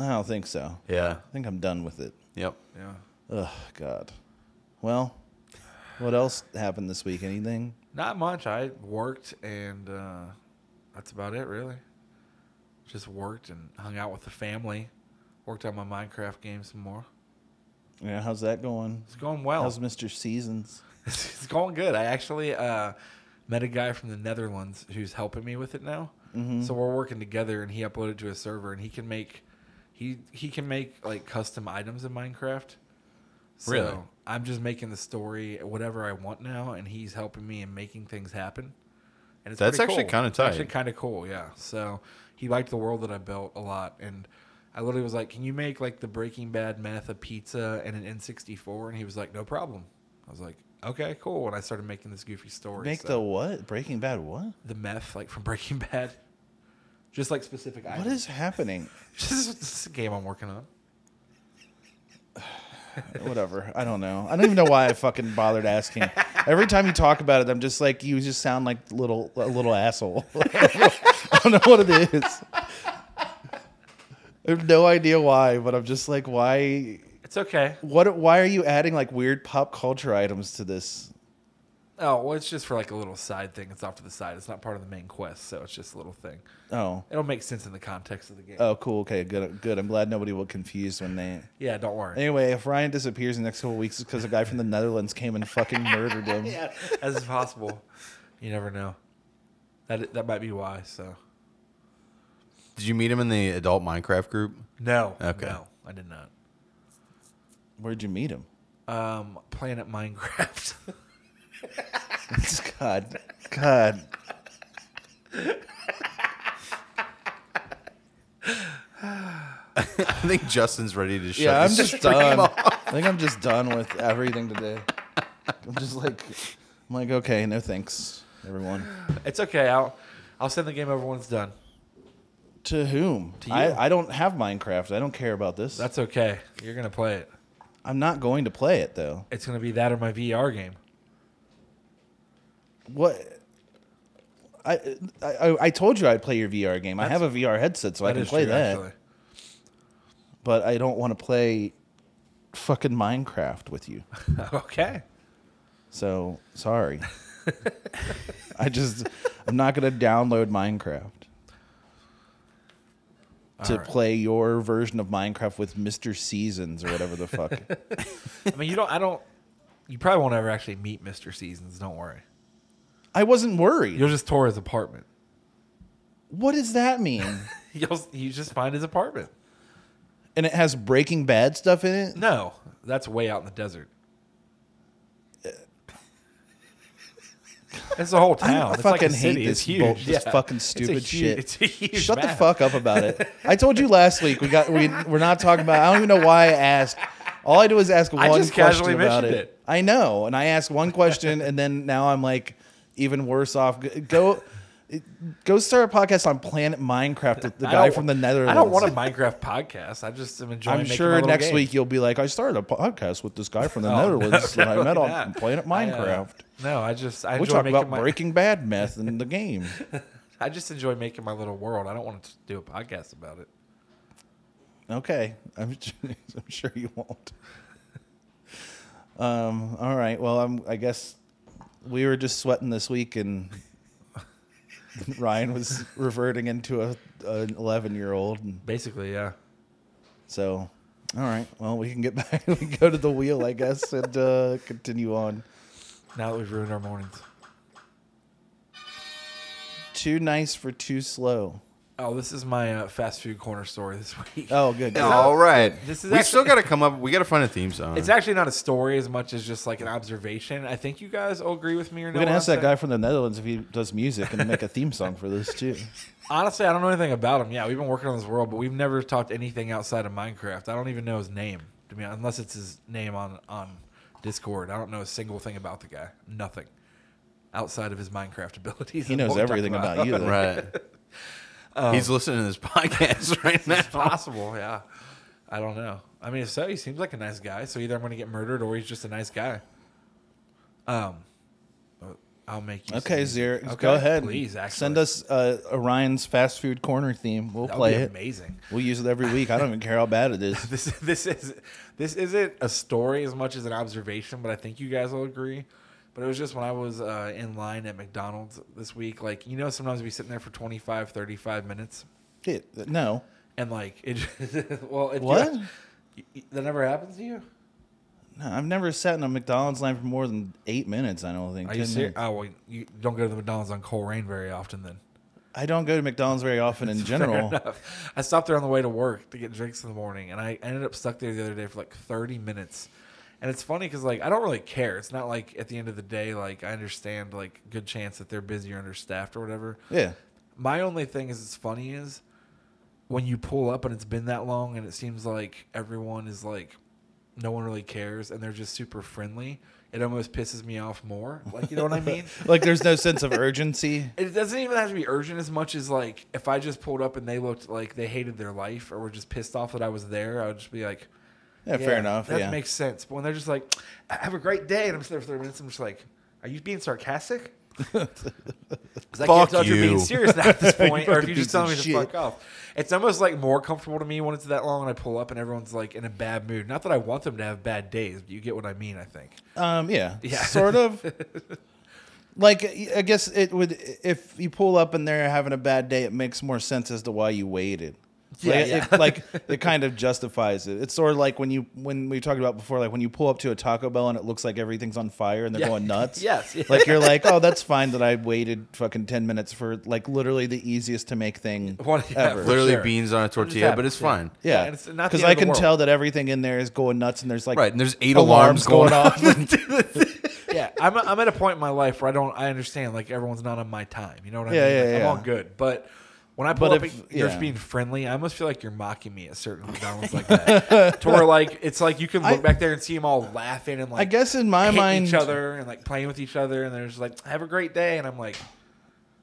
B: I don't think so.
A: Yeah.
B: I think I'm done with it.
A: Yep.
D: Yeah.
B: Ugh, God. Well, what else happened this week? Anything?
D: Not much. I worked and uh, that's about it, really. Just worked and hung out with the family. Worked on my Minecraft game some more.
B: Yeah, how's that going?
D: It's going well.
B: How's Mr. Seasons?
D: It's going good. I actually uh, met a guy from the Netherlands who's helping me with it now.
A: Mm-hmm.
B: Mhm.
D: So we're working together, and he uploaded to a server, and he can make he he can make like custom items in Minecraft. So
A: Really?
D: I'm just making the story whatever I want now, and he's helping me and making things happen. And it's
A: That's
D: pretty
A: actually
D: cool.
A: kinda
D: It's Actually,
A: tight.
D: kind of cool. Yeah. So he liked the world that I built a lot, and I literally was like, "Can you make like the Breaking Bad meth, a pizza, and an N64?" And he was like, "No problem." I was like, "Okay, cool." And I started making this goofy story.
B: Make
D: so-
B: the what? Breaking Bad what?
D: the meth, like from Breaking Bad, just like specific items.
B: What is happening?
D: this is this is a game I'm working on.
B: Whatever. I don't know. I don't even know why I fucking bothered asking. Every time you talk about it, I'm just like you just sound like little a little asshole. I don't know what it is. I have no idea why, but I'm just like why
D: It's okay.
B: what why are you adding like weird pop culture items to this?
D: Oh, well, it's just for like a little side thing. It's off to the side. It's not part of the main quest, so it's just a little thing.
B: Oh.
D: It'll make sense in the context of the game.
B: Oh, cool. Okay, good. Good. I'm glad nobody will confused when they.
D: Yeah, don't worry.
B: Anyway, if Ryan disappears in the next couple weeks, it's because a guy from the Netherlands came and fucking murdered him.
D: yeah, as is possible. You never know. That that might be why. So
A: Did you meet him in the adult Minecraft group?
D: no,
A: Okay.
D: no, I did not.
B: Whered you meet him?
D: Um, Planet Minecraft.
B: God, God.
A: I think Justin's ready to shut.
B: yeah, I'm
A: this
B: just
A: stream
B: done.
A: off.
B: I think I'm just done with everything today. I'm just like, I'm like, okay, no thanks, everyone.
D: it's okay. I'll I'll send the game over when it's done.
B: To whom?
D: To you.
B: I, I don't have Minecraft. I don't care about this.
D: That's okay. You're gonna play it.
B: I'm not going to play it though.
D: It's gonna be that or my VR game.
B: What? I I, I- I told you I'd play your VR game. I
D: That's-
B: have a VR headset, so I
D: That
B: can
D: is
B: play
D: true,
B: that.
D: actually.
B: But I don't want to play fucking Minecraft with you.
D: Okay.
B: So sorry. I just I'm not gonna download Minecraft to
D: Alright.
B: play your version of Minecraft with Mr. Seasons or whatever the fuck.
D: I mean, you don't. I don't. You probably won't ever actually meet Mr. Seasons. Don't worry.
B: I wasn't worried.
D: You'll just tour his apartment.
B: What does that mean?
D: You'll, you just find his apartment.
B: and it has Breaking Bad stuff in it.
D: No, that's way out in the desert. It's a whole town.
B: I
D: It's
B: fucking
D: like a
B: hate
D: city.
B: this,
D: It's huge.
B: bull- this
D: Yeah.
B: fucking
D: It's a
B: stupid
D: huge-
B: shit.
D: It's a huge
B: Shut the
D: map.
B: fuck up about it. I told you last week we got we we're not talking about. I don't even know why I asked. All I do is ask one
D: I just
B: question
D: casually
B: about
D: mentioned
B: it.
D: it.
B: I know, and I asked one question, and then now I'm like even worse off. Go- Go. Go start a podcast on Planet Minecraft with the
D: I
B: guy
D: don't-
B: from the Netherlands.
D: I don't want a Minecraft podcast. I just am enjoying.
B: I'm
D: making
B: sure
D: my little
B: next
D: game.
B: week you'll be like, I started a podcast with this guy from the
D: No, no,
B: Netherlands that I
D: definitely
B: met on
D: not.
B: Planet
D: I, uh,
B: Minecraft.
D: no, I just I
B: we
D: enjoy
B: talk
D: making
B: about
D: my,
B: Breaking Bad meth in the game.
D: I just enjoy making my little world. I don't want to do a podcast about it.
B: Okay, I'm, s- I'm sure you won't. Um. All right. Well, I'm. I guess we were just sweating this week, and Ryan was reverting into a an 11 year old.
D: Basically, yeah.
B: So, all right. Well, we can get back. We can go to the wheel, I guess, and uh, continue on.
D: Now that we've ruined our mornings.
B: Too nice for too slow.
D: Oh, this is my uh, fast food corner story this week.
B: Oh, good.
A: All right.
D: This is
A: we
D: actually-
A: still got to come up. We got to find a theme song.
D: It's actually not a story as much as just like an observation. I think you guys will agree with me or
B: We're
D: no.
B: gonna ask that guy from the Netherlands if he does music and make a theme song for this too.
D: Honestly, I don't know anything about him. Yeah, we've been working on this world, but we've never talked anything outside of Minecraft. I don't even know his name, to be honest, unless it's his name on on Discord. I don't know a single thing about the guy. Nothing outside of his Minecraft abilities.
B: He
D: That's
B: knows
D: what we're
B: everything
D: talking
B: about you, though.
A: Right.
B: Um,
A: He's listening to this podcast right now.
D: It's possible, yeah. I don't know. I mean, if so, he seems like a nice guy. So either I'm going to get murdered or he's just a nice guy. Um, but I'll make you.
B: Okay,
D: some music.
B: Zir, go
D: Okay,
B: ahead.
D: Please, actually.
B: Send us uh, Orion's fast food corner theme. We'll
D: That would
B: play
D: be
B: it.
D: amazing.
B: We'll use it every week. I don't even care how bad it is.
D: this this is this isn't a story as much as an observation, but I think you guys will agree. But it was just when I was uh, in line at McDonald's this week, like you know, sometimes we sitting there for 25, 35 minutes,
B: It- no.
D: and like it. well, if you-
B: What?
D: y- y- that never happens to you.
B: No, I've never sat in a McDonald's line for more than eight minutes, I don't think.
D: Are you
B: 10
D: serious?
B: minutes.
D: Oh, well, you don't go to the McDonald's on Coal Rain very often then.
B: I don't go to McDonald's very often in general.
D: Fair enough. I stopped there on the way to work to get drinks in the morning, and I ended up stuck there the other day for like 30 minutes. And it's funny because like I don't really care. It's not like at the end of the day, like I understand like good chance that they're busy or understaffed or whatever.
B: Yeah.
D: My only thing is it's funny is when you pull up and it's been that long and it seems like everyone is like no one really cares and they're just super friendly. It almost pisses me off more. Like you know what I mean?
B: like there's no sense of urgency.
D: It doesn't even have to be urgent as much as like if I just pulled up and they looked like they hated their life or were just pissed off that I was there, I would just be like,
B: Yeah, fair enough,
D: That
B: yeah."
D: makes sense. But when they're just like, "Have a great day," and I'm just there for thirty minutes, I'm just like, "Are you being sarcastic?" 'Cause I
A: Fuck
D: can't tell if you're being
A: you.
D: serious now at this point,
B: You
D: or if
B: fucking
D: you're just
B: piece of
D: telling me to
B: shit.
D: fuck off. It's almost like more comfortable to me when it's that long and I pull up and everyone's like in a bad mood. Not that I want them to have bad days, but you get what I mean. I think.
B: Um, yeah,
D: Yeah.
B: sort of. like I guess it would if you pull up and they're having a bad day, it makes more sense as to why you waited.
D: Yeah,
B: like,
D: yeah.
B: It, like it kind of justifies it. It's sort of like when you when we talked about before, like when you pull up to a Taco Bell and it looks like everything's on fire and they're
D: Yeah.
B: going nuts.
D: Yes, yeah.
B: like you're like, oh, that's fine that I waited fucking ten minutes for like literally the easiest to make thing
D: Well, yeah,
B: ever.
D: for
A: Literally
D: sure.
A: beans on a
D: It just
A: tortilla, but
D: happens,
A: it's fine.
D: Yeah,
B: Yeah,
D: and it's not the
B: because
D: end of
B: I
D: the
B: can
D: world.
B: tell that everything in there is going nuts, and there's like
A: Right, and there's eight alarms going
B: off.
D: yeah, I'm, I'm at a point in my life where I don't. I understand like everyone's not on my time. You know what I
B: Yeah,
D: mean?
B: yeah,
D: Like,
B: yeah.
D: I'm all good, but. When I pull
B: But
D: up,
B: if-
D: and you're
B: yeah.
D: just being friendly. I almost feel like you're mocking me at certain McDonald's like that. to where like it's like you can look
B: I-
D: back there and see them all laughing and like
B: I guess in my
D: hitting
B: mind,
D: each other and like playing with each other and they're just like have a great day and I'm like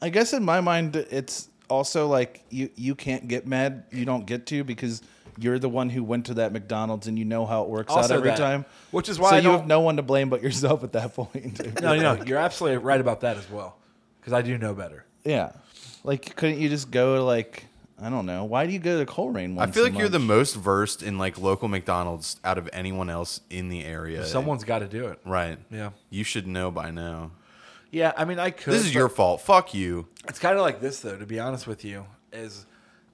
B: I guess in my mind, it's also like you you can't get mad. You don't get to because you're the one who went to that McDonald's and you know how it works out
D: Also
B: every
D: that.
B: time.
D: Which is why
B: so
D: I
B: you have
D: don't-
B: no one to blame but yourself at that point.
D: no no you're absolutely right about that as well because I do know better.
B: yeah, like couldn't you just go to like I don't know? Why do you go to Coleraine?
A: I
B: Once
A: feel
B: a
A: like you're the
B: month?
A: most versed in like local McDonald's out of anyone else in the area.
D: Someone's got to do it.
A: right?
D: Yeah.
A: you should know by now.
D: Yeah, I mean I could.
A: this is
D: but-
A: your fault. Fuck you.
D: It's kind of like this though, to be honest with you, is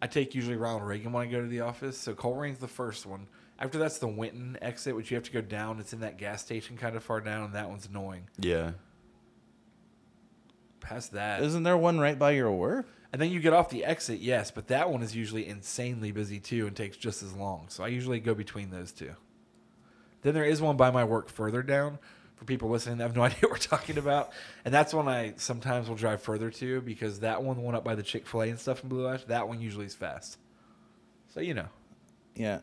D: I take usually Ronald Reagan when I go to the office. So Colerain's the first one. After that's the Winton exit, which you have to go down. It's in that gas station kind of far down, and that one's annoying.
A: Yeah,
D: Past that.
B: Isn't there one right by your work?
D: And then you get off the exit, yes, but that one is usually insanely busy too and takes just as long. So I usually go between those two. Then there is one by my work further down for people listening that have no idea what we're talking about. And that's one I sometimes will drive further to because that one, the one up by the Chick fil A and stuff in Blue Ash, that one usually is fast. So, you know.
B: Yeah.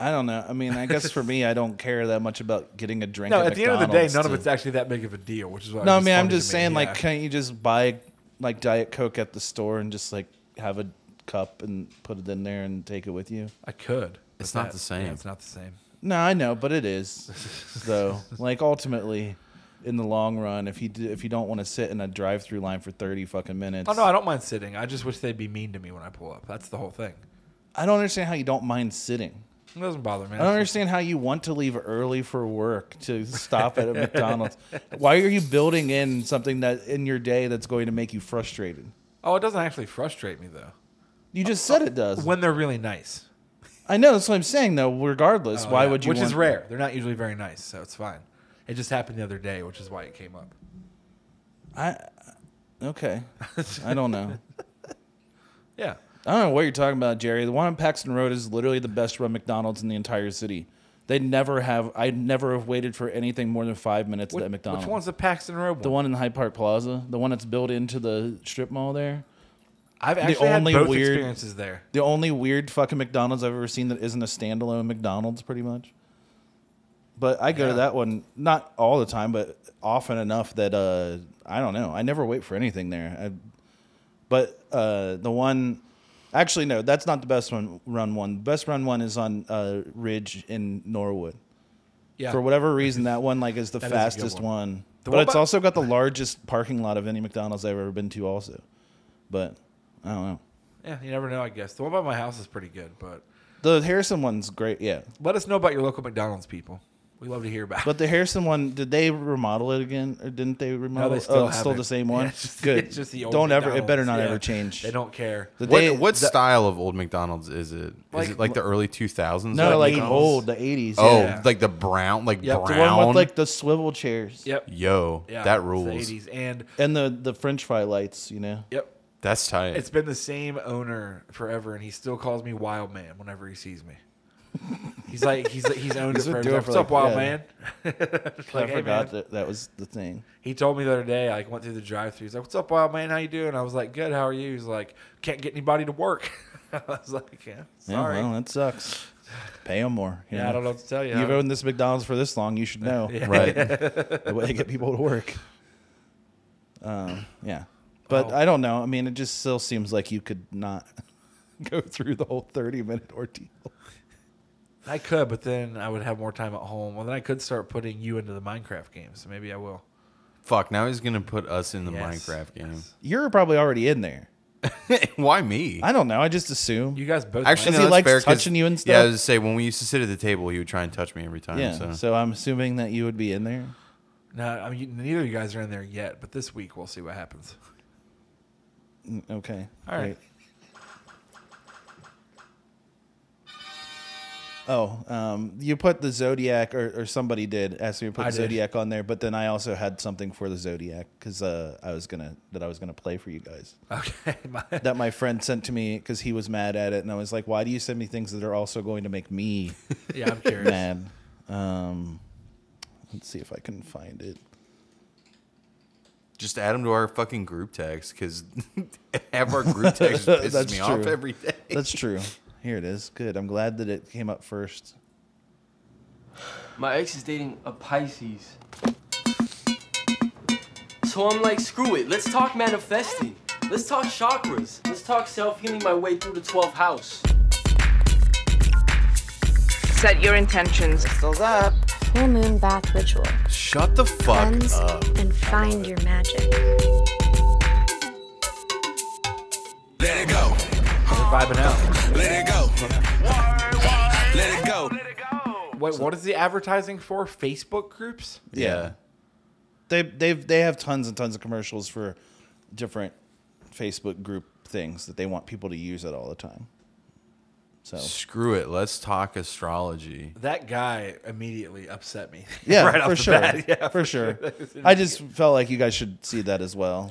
B: I don't know. I mean, I guess for me, I don't care that much about getting a drink.
D: No,
B: at,
D: at the end of the day,
B: McDonald's
D: none of
B: to-
D: it's actually that big of a deal, which is why
B: No, I
D: it's
B: mean, I'm
D: funny to
B: just
D: me,
B: saying,
D: yeah.
B: like, can't you just buy like Diet Coke at the store and just like have a cup and put it in there and take it with you?
D: I could.
A: It's
D: but
A: not
D: that-
A: the same.
D: yeah, it's not the same.
B: No, I know, but it is though. Like ultimately, in the long run, if you do, if you don't want to sit in a drive-through line for thirty fucking minutes,
D: Oh no, I don't mind sitting. I just wish they'd be mean to me when I pull up. That's the whole thing.
B: I don't understand how you don't mind sitting.
D: It doesn't bother me.
B: I don't understand how you want to leave early for work to stop at a McDonald's. Why are you building in something that in your day that's going to make you frustrated?
D: Oh, it doesn't actually frustrate me though.
B: You just said it does.
D: When they're really nice.
B: I know that's what I'm saying though. Regardless,
D: Oh,
B: why
D: yeah,
B: would you?
D: Which is
B: want-
D: rare. They're not usually very nice, so it's fine. It just happened the other day, which is why it came up.
B: I okay. I don't know.
D: Yeah.
B: I don't know what you're talking about, Jerry. The one on Paxton Road is literally the best run McDonald's in the entire city. They never have. I never have waited for anything more than five minutes
D: Which-
B: at McDonald's.
D: Which one's the Paxton Road one?
B: The one in Hyde Park Plaza, the one that's built into the strip mall there.
D: I've actually had both experiences there.
B: The only weird fucking McDonald's I've ever seen that isn't a standalone McDonald's, pretty much. But I go to that one not all the time, but often enough that uh, I don't know. I never wait for anything there. I, but uh, the one, actually, no, that's not the best one. Run one. The best run one is on uh, Ridge in Norwood.
D: Yeah.
B: For whatever reason, that one like is the
D: That is a good
B: fastest
D: one.
B: one.
D: The
B: but
D: one
B: it's
D: by-
B: also got the largest parking lot of any McDonald's I've ever been to. Also, but I don't know.
D: Yeah, you never know, I guess. The one by my house is pretty good, but
B: The Harrison one's great. Yeah.
D: let us know about your local McDonald's people. We love to hear about it.
B: But the Harrison one, did they remodel it again, or didn't they remodel?
D: No,
B: it?
D: they still
B: oh,
D: have
B: it's still
D: it.
B: the same
D: Yeah,
B: one.
D: it's just-
B: Good.
D: it's just the old
B: don't ever. It better
D: McDonald's,
B: not
D: yeah.
B: ever change.
D: They don't care.
B: The
A: what
B: day-
A: what
B: the-
A: style of old McDonald's is it? Is
B: Like-
A: it like the early two thousands?
B: No, like old, the 80s,
A: Oh,
B: yeah.
A: like the brown, like
B: Yep,
A: brown.
B: the one with like the swivel chairs.
D: Yep.
A: Yo,
D: Yeah,
A: that
D: it's the
A: rules.
D: 80s and
B: And the the French fry lights. You know.
D: Yep.
A: That's tight.
D: It's been the same owner forever, and he still calls me Wild Man whenever he sees me. He's like he's he's owned
B: He's
D: it forever.
B: been doing it
D: What's
B: for
D: up,
B: like-
D: Wild
B: yeah.
D: Man?
B: I
D: Like, "Hey,
B: forgot
D: man."
B: that that was the thing.
D: He told me the other day, I like, went through the drive through. He's like, What's up, wild man? How you doing? I was like, Good, how are you? He's like, Can't get anybody to work. I was like, Yeah, sorry.
B: Yeah, well, that sucks. Pay them more. you
D: Yeah, I don't know what to tell you.
B: You've owned this McDonald's for this long. You should know,
D: Yeah.
A: Right.
B: the way they get people to work. Um, yeah, but
D: Oh.
B: I don't know. I mean, it just still seems like you could not go through the whole thirty-minute ordeal.
D: I could, but then I would have more time at home. Well, then I could start putting you into the Minecraft game, so maybe I will.
A: Fuck. Now he's gonna put us in the
D: Yes,
A: Minecraft game.
B: You're probably already in there.
A: Why me?
B: I don't know. I just assume
D: You guys both
A: Actually,
B: Does
A: no,
B: he
A: that's
B: like
A: fair, 'cause-
B: touching you and
A: Yeah, I
B: stuff?
A: was gonna say when we used to sit at the table, he would try and touch me every time.
B: yeah.
A: so.
B: So. I'm assuming that you would be in there.
D: no, I mean, neither of you guys are in there yet, but this week we'll see what happens.
B: Mm, Okay.
D: All right.
B: Oh, um, you put the Zodiac, or, or somebody did ask me to put
D: I did.
B: Zodiac on there, but then I also had something for the Zodiac because uh, I was gonna that I was gonna play for you guys.
D: Okay, my,
B: that my friend sent to me because he was mad at it, and I was like, "Why do you send me things that are also going to make me
D: yeah, I'm curious.
B: mad?" Um, let's see if I can find it.
A: Just add him to our fucking group text because half our group text just pisses me off every day.
B: That's true. Here it is. Good. I'm glad that it came up first.
M: My ex is dating a Pisces. So I'm like, screw it, let's talk manifesting. Let's talk chakras. Let's talk self healing my way through the 12th house.
N: Set your intentions. Crystals up.
O: Full moon bath ritual.
A: Shut the fuck
O: Cleanse
A: up.
O: and find your magic.
K: Let it go.
D: Vibing out.
K: Let it go. Let it go.
D: Wait, what is the advertising for? Facebook groups?
B: Yeah. They they've they have tons and tons of commercials for different Facebook group things that they want people to use it all the time. So
A: Screw it. Let's talk astrology.
D: That guy immediately upset me.
B: yeah,
D: Right off
B: for
D: the
B: sure,
D: bat. Yeah,
B: for sure.
D: That was
B: I just felt like you guys should see that as well.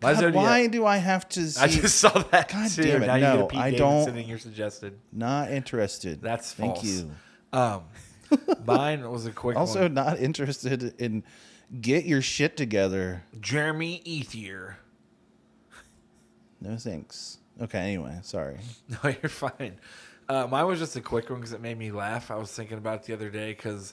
D: Why is
B: God,
D: there the-
B: why do I have to? See...
D: I just saw that
B: God
D: too.
B: damn it!
D: Now you get a
B: no,
D: Pete
B: I
D: Davidson
B: don't.
D: in your suggested.
B: Not interested.
D: That's
B: Thank
D: false.
B: you.
D: Um, mine was a quick
B: also
D: one.
B: not interested in get your shit together.
D: Jeremy Ethier.
B: No thanks. Okay. Anyway, sorry.
D: No, you're fine. Uh, mine was just a quick one because it made me laugh. I was thinking about it the other day because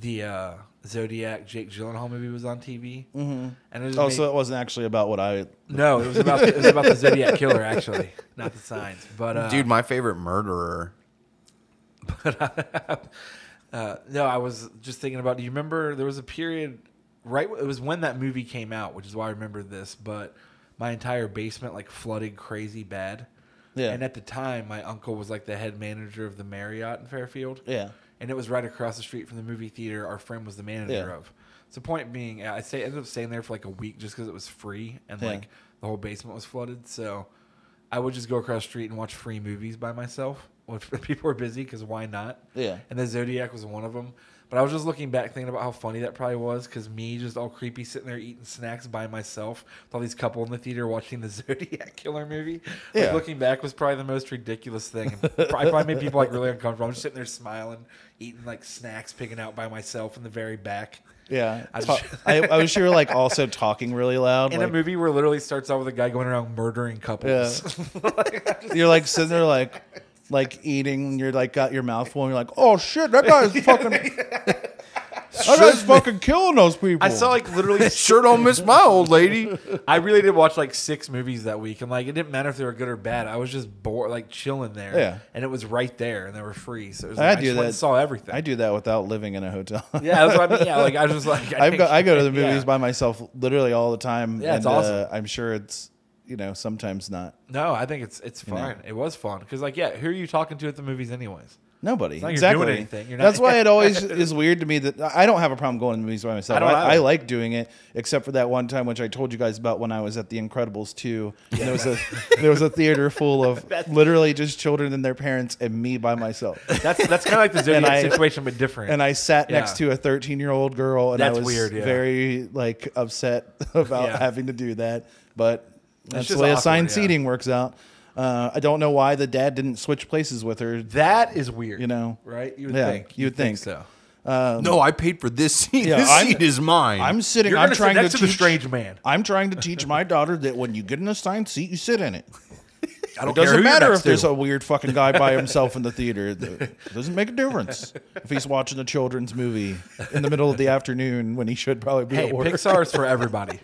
D: the uh, Zodiac Jake Gyllenhaal movie was on TV,
B: Mm-hmm.
D: and it just
B: oh,
D: made-
B: so it wasn't actually about what I.
D: No, it was about the, it was about the Zodiac killer actually, not the signs. But uh,
A: Dude, my favorite murderer.
D: uh, no, I was just thinking about. Do you remember there was a period right? It was when that movie came out, which is why I remember this. But my entire basement like flooded crazy bad.
B: Yeah.
D: And at the time, my uncle was like the head manager of the Marriott in Fairfield.
B: Yeah.
D: And it was right across the street from the movie theater. Our friend was the manager
B: Yeah.
D: of. So point being, I stay, ended up staying there for like a week just because it was free and
B: Yeah.
D: like the whole basement was flooded. So I would just go across the street and watch free movies by myself when people were busy because why not?
B: Yeah.
D: And the Zodiac was one of them. But I was just looking back, thinking about how funny that probably was because me just all creepy sitting there eating snacks by myself with all these couple in the theater watching the Zodiac killer movie. Like,
B: Yeah.
D: looking back was probably the most ridiculous thing. I probably made people like really uncomfortable. I'm just sitting there smiling, eating like snacks, picking out by myself in the very back.
B: Yeah.
D: I
B: I,
D: just-
B: I, I wish you were like also talking really loud.
D: In
B: like,
D: a movie where literally starts out with a guy going around murdering couples.
B: You're like sitting there, like, like eating. and You're like got your mouth full. And you're like, oh shit, that guy's fucking. that guy's fucking killing those people.
D: I saw like literally
A: sure don't miss my old lady.
D: I really did watch like six movies that week, and like it didn't matter if they were good or bad. I was just bored, like chilling there.
B: Yeah.
D: and it was right there, and they were free, so it was
B: I,
D: like, I,
B: do
D: just went
B: that.
D: and saw everything.
B: I do that without living in a hotel.
D: Yeah, that's what I mean. Yeah, like, I was just like, I
B: I, have go,
D: think-
B: I go to the
D: yeah.
B: movies by myself literally all the time.
D: Yeah, it's
B: and, uh,
D: awesome.
B: I'm sure it's you know sometimes not
D: no, I think it's it's
B: You know.
D: fine. It was fun because like yeah, who are you talking to at the movies anyways?
B: nobody
D: It's not like
B: exactly.
D: You're doing anything. You're not,
B: That's why it always is weird to me that I don't have a problem going to the movies by myself.
D: I
B: I,
D: don't
B: I,
D: either.
B: like doing it, except for that one time which I told you guys about when I was at The Incredibles two. And there was a there was a theater full of literally just children and their parents and me by myself.
D: That's that's kind of like the
B: And
D: Zodiac
B: I-
D: situation, but different.
B: And I sat next
D: Yeah.
B: to a 13 year old girl, and
D: That's
B: I was
D: weird, yeah.
B: very like upset about
D: Yeah.
B: having to do that. But that's the
D: just
B: way
D: awkward,
B: assigned
D: yeah.
B: seating works out. Uh, I don't know why the dad didn't switch places with her.
D: That is weird.
B: You know,
D: Right? You would think.
B: You would think, so. Um,
A: No, I paid for this seat.
B: yeah,
A: this
B: I'm-
A: seat is mine.
B: I'm sitting.
A: You're
B: I'm
A: gonna sit
B: trying
A: next
B: to
A: to the
B: teach,
A: strange man.
B: I'm trying to teach my daughter that when you get an assigned seat, you sit in it.
D: I don't
B: it doesn't
D: care who you're
B: matter
D: next
B: if there's
D: to.
B: a weird fucking guy by himself in the theater. It doesn't make a difference if he's watching a children's movie in the middle of the afternoon when he should probably be
D: Hey,
B: at work.
D: Pixar is for everybody.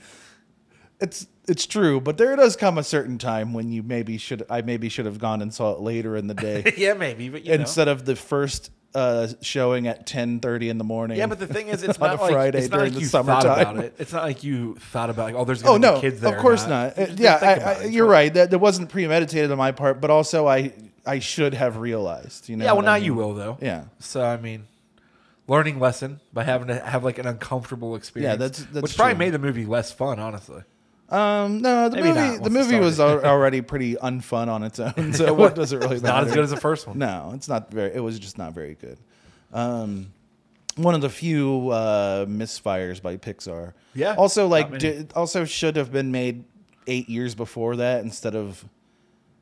B: it's it's true, but there does come a certain time when you maybe should I maybe should have gone and saw it later in the day.
D: yeah, maybe, but you know.
B: instead of the first uh, showing at ten thirty in the morning.
D: Yeah, but the thing is, it's
B: on
D: not
B: a Friday
D: like, it's not
B: during
D: like
B: the
D: you
B: summertime.
D: thought about it. It's not like you thought about like, oh, there's gonna
B: Oh no,
D: be kids there.
B: of course
D: or
B: not.
D: You
B: Uh,
D: just
B: Yeah,
D: didn't
B: I,
D: think about
B: I-
D: it.
B: you're right. That, that wasn't premeditated on my part, but also I I should have realized. You know.
D: yeah, well,
B: what
D: now
B: I
D: you
B: mean?
D: will though.
B: Yeah.
D: So I mean, learning lesson by having to have like an uncomfortable experience.
B: that's- that's
D: which probably
B: true.
D: made the movie less fun, honestly.
B: Um, no, the
D: Maybe not
B: movie the
D: once it
B: movie was al-
D: started.
B: already pretty unfun on its own,
D: It
B: so
D: was.
B: what does it really
D: It's
B: matter?
D: not as good as the first one.
B: No, it's not very. It was just not very good. Um, one of the few uh, misfires by Pixar.
D: Yeah,
B: Also,
D: not
B: like,
D: many.
B: did, also should have been made eight years before that instead of,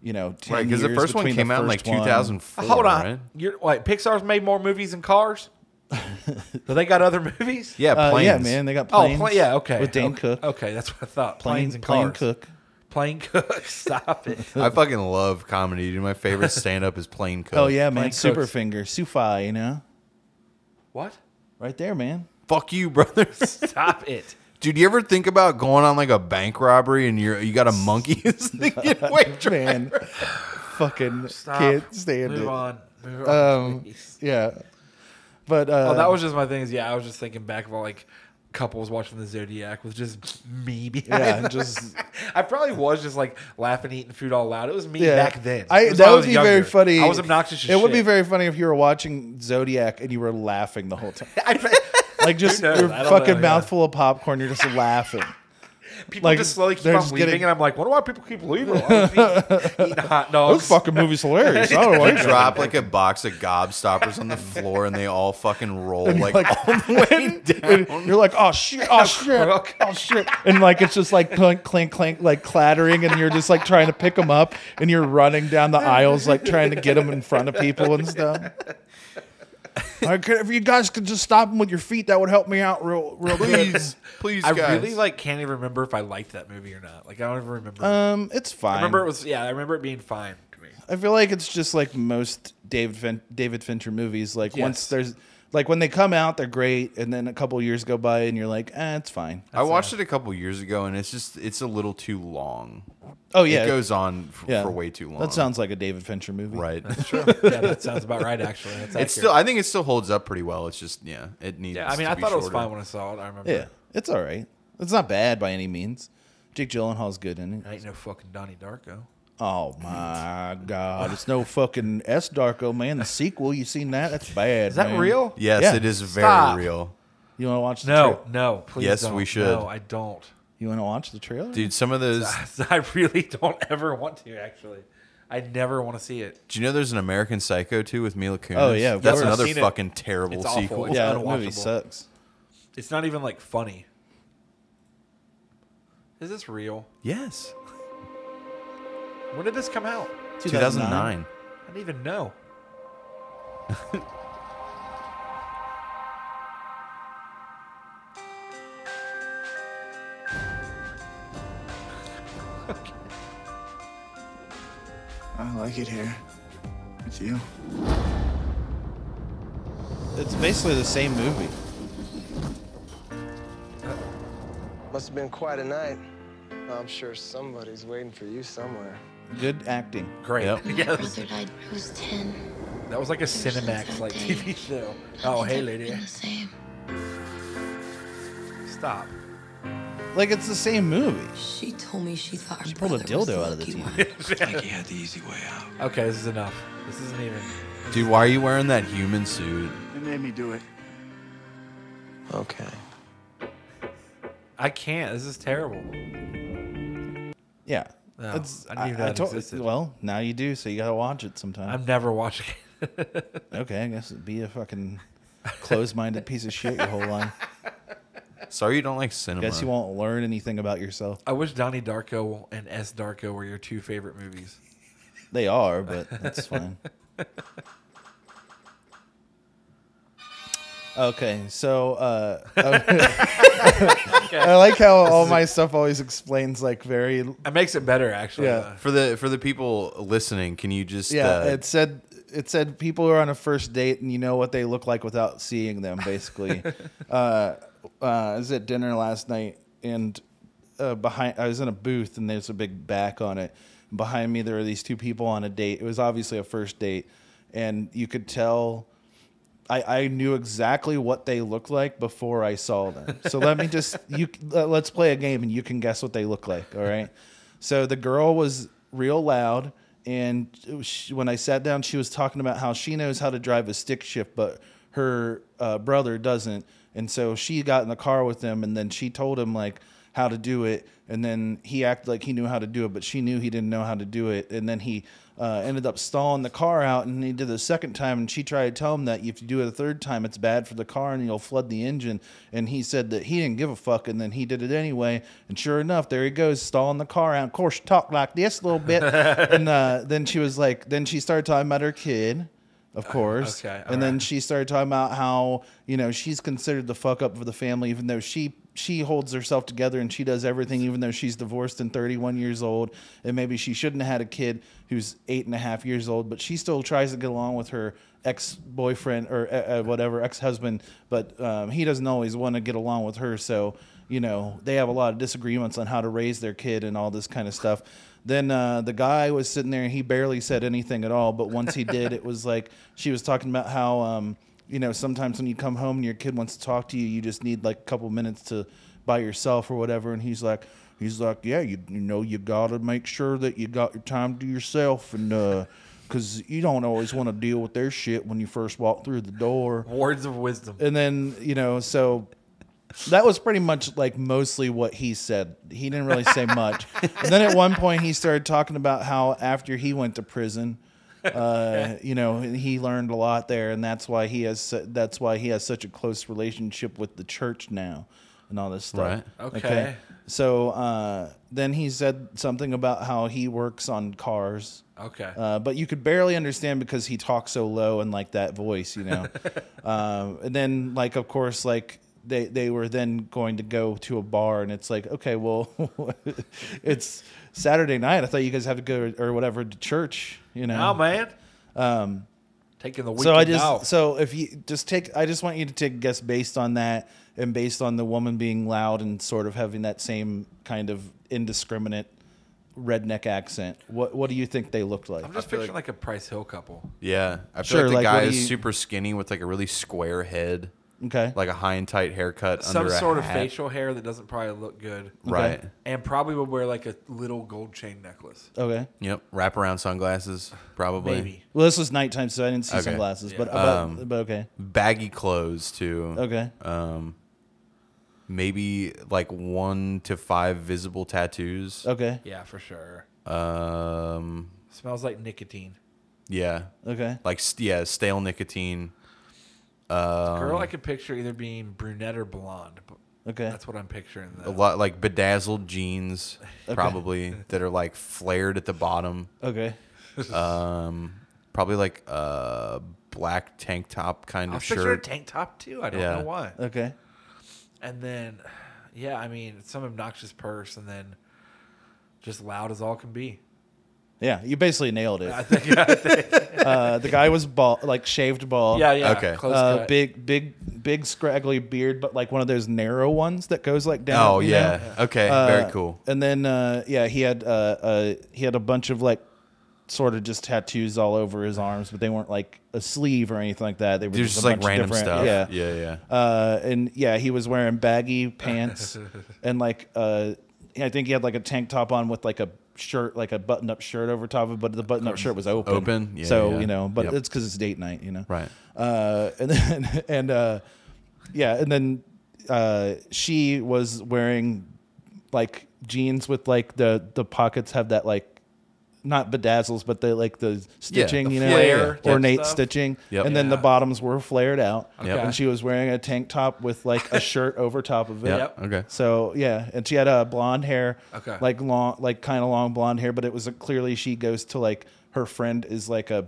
B: you know, ten
A: Right, 'cause
B: because
A: the first one came out in, like, 2004,
D: Hold on,
A: right?
D: you're like Pixar's made more movies than Cars. so they got other movies.
A: Yeah,
B: Uh, yeah,
A: planes.
B: man, they got
D: Oh,
B: planes.
D: pla- yeah, okay.
B: With Dane
D: okay.
B: Cook.
D: Okay, that's what I thought.
B: Plain-
D: Planes and
B: plain
D: cars.
B: Cook.
D: Plain cook. Stop it.
A: I fucking love comedy. Dude, my favorite stand up is Plain Cook.
B: Oh yeah, man,
A: Plain
B: super
A: Cook's-
B: finger, Sufi, you know,
D: What?
B: right there, man.
A: Fuck you, brother.
D: Stop it.
A: Dude, you ever think about going on like a bank robbery and you're you got a monkey as the getaway driver?
B: man, fucking
D: Stop.
B: can't stand
D: Move
B: it.
D: on. Move on,
B: um,
D: please.
B: yeah, but uh,
D: oh, that was just my thing. Is yeah, I was just thinking back about like couples watching the Zodiac with just me behind.
B: Yeah,
D: them.
B: just-
D: I probably was just like laughing, eating food all loud. It was me
B: yeah.
D: back then. It
B: I
D: was when
B: that
D: I
B: would
D: was
B: be
D: younger.
B: very funny.
D: I was obnoxious. As
B: It would be
D: shit.
B: very funny if you were watching Zodiac and you were laughing the whole time.
D: I,
B: like just
D: knows?
B: your
D: I don't
B: fucking
D: know, yeah.
B: mouthful of popcorn, you're just laughing.
D: People
B: Like,
D: just slowly keep
B: they're
D: on
B: just
D: leaving,
B: getting-
D: and I'm like, wonder why people keep leaving? Eating hot dogs.
B: Those fucking movies hilarious. I don't
A: They
B: like that.
A: drop like a box of gobstoppers on the floor, and they all fucking roll
B: And
A: like,
B: like,
A: all the way
B: and you're like, oh shit, oh shit, oh shit, and like it's just like clink, clink, clink, like clattering, and you're just like trying to pick them up, and you're running down the aisles like trying to get them in front of people and stuff. I could, if you guys could just stop them with your feet, that would help me out real, real good.
D: I really like can't even remember if I liked that movie or not. Like I don't even remember.
B: Um, it's fine.
D: I remember it was yeah. I remember it being fine to me.
B: I feel like it's just like most David fin- David Fincher movies. Like once
D: Yes.
B: there's like when they come out, they're great, and then a couple years go by, and you're like, eh, it's fine.
A: I watched it a couple years ago, and it's just it's a little too long.
B: Oh yeah,
A: it goes on f-
B: Yeah.
A: for way too long.
B: That sounds like a David Fincher movie,
A: right? That's
D: true. Yeah, that sounds about right, actually. That's accurate.
A: it's still. I think it still holds up pretty well. It's just yeah, it needs.
D: Yeah, I mean,
A: to
D: I
A: be
D: thought it was
A: shorter.
D: fine when I saw it. I remember.
B: Yeah, it's all right. It's not bad by any means. Jake Gyllenhaal's good in
D: I
B: it.
D: ain't no fucking Donnie Darko.
B: Oh my god, it's no fucking S Darko man. The sequel, you seen that? That's bad.
D: Is that
B: man.
D: real?
A: Yes,
B: Yeah.
A: it is very
D: Stop.
A: real,
B: You want to watch? The
D: No,
B: trail-
D: no, please.
A: Yes,
D: don't.
A: we should.
D: No, I don't.
B: You want to watch the trailer?
A: dude. Some of those.
D: I really don't ever want to. Actually, I never want to see it.
A: Do you know there's an American Psycho too with Mila Kunis?
B: Oh, yeah, of
A: that's
B: course.
A: another
D: I've seen it.
A: fucking terrible
D: It's awful.
A: sequel.
D: It's
B: Yeah, that
D: unwatchable.
B: movie sucks.
D: It's not even like funny. Is this real?
A: Yes,
D: When did this come out?
A: 2009.
D: I don't even know.
P: I like it here. With you.
B: It's basically the same movie.
Q: Must have been quite a night. I'm sure somebody's waiting for you somewhere.
B: Good acting.
D: Great. Yes.
Q: was 10.
D: That was like a Cinemax like TV show. Oh, hey, lady. Stop.
B: Like it's the same movie.
I: She told me she thought her
B: She pulled a dildo out of the TV.
D: like he had the easy way out. Okay, this is enough. This isn't even.
A: Dude, why are you wearing that human suit?
P: It made me do it.
A: Okay.
D: I can't. This is terrible.
B: Yeah.
D: No,
B: It's-
D: I didn't even know that
B: told-
D: existed.
B: Well, now you do, so you gotta watch it sometime.
D: I'm never watching. it.
B: okay, I guess it'd be a fucking closed-minded piece of shit your whole life.
A: Sorry, you don't like cinema.
B: Guess you won't learn anything about yourself.
D: I wish Donnie Darko and S Darko were your two favorite movies.
B: They are, but that's fine. Okay, so uh, I like how all my stuff always explains like very.
D: It makes it better actually.
B: Yeah.
A: For the for the people listening, can you just
B: Yeah,
A: uh,
B: it said it said people are on a first date and you know what they look like without seeing them. Basically, uh, uh, I was at dinner last night and uh, behind I was in a booth and there's a big back on it. Behind me there were these two people on a date. It was obviously a first date, and you could tell. I, I knew exactly what they looked like before I saw them. So let me just you let- let's play a game and you can guess what they look like. All right. So the girl was real loud, and she, when I sat down, she was talking about how she knows how to drive a stick shift, but her uh, brother doesn't. And so she got in the car with him, and then she told him like how to do it, and then he acted like he knew how to do it, but she knew he didn't know how to do it, and then he uh, ended up stalling the car out, and he did it a second time, and she tried to tell him that if you do it a third time, it's bad for the car and you'll flood the engine, and he said that he didn't give a fuck, and then he did it anyway, and sure enough, there he goes stalling the car out. Of course, she talked like this a little bit, and uh, then she was like, then she started talking about her kid. Of course.
D: okay,
B: and then she started talking about how, you know, she's considered the fuck up of the family, even though she she holds herself together and she does everything, even though she's divorced and 31 years old. And maybe she shouldn't have had a kid who's eight and a half years old, but she still tries to get along with her ex boyfriend or uh, uh, whatever, ex husband. But um, he doesn't always want to get along with her. So, you know, they have a lot of disagreements on how to raise their kid and all this kind of stuff. Then uh, the guy was sitting there and he barely said anything at all. But once he did, it was like she was talking about how, um, you know, sometimes when you come home and your kid wants to talk to you, you just need like a couple minutes to by yourself or whatever. And he's like, he's like, yeah, you, you know, you got to make sure that you got your time to yourself. And, uh 'cause because you don't always want to deal with their shit when you first walk through the door.
D: Words of Uh, wisdom.
B: And then, you know, so That was pretty much like mostly what he said. He didn't really say much. and then at one point, he started talking about how after he went to prison, uh, you know, he learned a lot there, and that's why he has su- that's why he has such a close relationship with the church now, and all this stuff.
D: Right. Okay.
B: So uh, then he said something about how he works on cars.
D: Okay.
B: Uh, but you could barely understand because he talks so low and like that voice, you know. um, and then, like, of course, like they they were then going to go to a bar, and it's like, okay, well, it's Saturday night. I thought you guys have to go or whatever to church, you know.
D: No, man.
B: Um,
D: Taking the
B: so I
D: weekend
B: just
D: off.
B: so if you just take, I just want you to take a guess based on that and based on the woman being loud and sort of having that same kind of indiscriminate redneck accent. What what do you think they looked like?
D: I'm just picturing like, a Price Hill couple.
A: Yeah, I feel like
B: Sure,
A: the
B: like, what
A: guy
B: do
A: is
B: you-
A: super skinny with like a really square head.
B: Okay.
A: Like a high and tight haircut.
D: Some
A: under a
D: sort of
A: hat.
D: facial hair that doesn't probably look good.
A: Right.
D: And probably would wear like a little gold chain necklace.
B: Okay.
A: Yep. Wraparound sunglasses, probably.
D: Maybe.
B: Well, this was nighttime, so I didn't see
A: Okay.
B: sunglasses, but,
A: Um,
B: but but okay.
A: Baggy clothes too.
B: Okay.
A: Um, maybe like one to five visible tattoos.
B: Okay.
D: Yeah, for sure.
A: Um,
D: Smells like nicotine.
A: yeah.
B: Okay.
A: Like st- yeah, stale nicotine. Um,
D: Girl, I could picture either being brunette or blonde.
B: Okay.
D: That's what I'm picturing.
A: a
D: Though.
A: lot like bedazzled jeans,
B: Okay.
A: probably that are like flared at the bottom.
B: Okay.
A: Um, probably like a black tank top kind
D: I
A: of
D: was picturing a
A: shirt.
D: tank top too. I don't
A: Yeah.
D: know why.
B: Okay.
D: And then, yeah, I mean, some obnoxious purse, and then just loud as all can be.
B: Yeah, you basically nailed it.
D: I think- I think-
B: uh, the guy was bald, like shaved bald.
D: Yeah, yeah, Okay. close
B: Uh,
D: cut.
B: big, big, big scraggly beard, but like one of those narrow ones that goes like down.
A: Oh,
B: you
A: yeah.
B: know?
A: Okay,
B: Uh,
A: very cool.
B: And then uh, yeah, he had uh, uh, he had a bunch of like sort of just tattoos all over his arms, but they weren't like a sleeve or anything like that. They were
A: They're
B: just,
A: just,
B: a
A: like,
B: bunch of
A: random
B: different-
A: stuff.
B: Yeah,
A: Yeah,
B: Uh, and yeah, he was wearing baggy pants and like uh, I think he had like a tank top on with like a shirt, like a button-up shirt over top of it, but the button-up shirt was open.
A: Open, yeah,
B: so
A: yeah.
B: you know, but
A: Yep.
B: it's because it's date night, you know.
A: Right.
B: Uh, and then and uh, yeah, and then uh, she was wearing like jeans with like the the pockets have that like. Not bedazzles, but they like the stitching,
A: the
B: you know,
A: flare type
B: ornate
A: stuff.
B: stitching,
A: Yep.
B: and then the
A: Yeah.
B: bottoms were flared out.
A: Yep.
B: And she was wearing a tank top with like a shirt over top of it.
A: Yep. Okay.
B: So yeah, and she had a uh, blonde hair,
D: Okay.
B: like long, like kind of long blonde hair, but it was uh, clearly she goes to like her friend is like a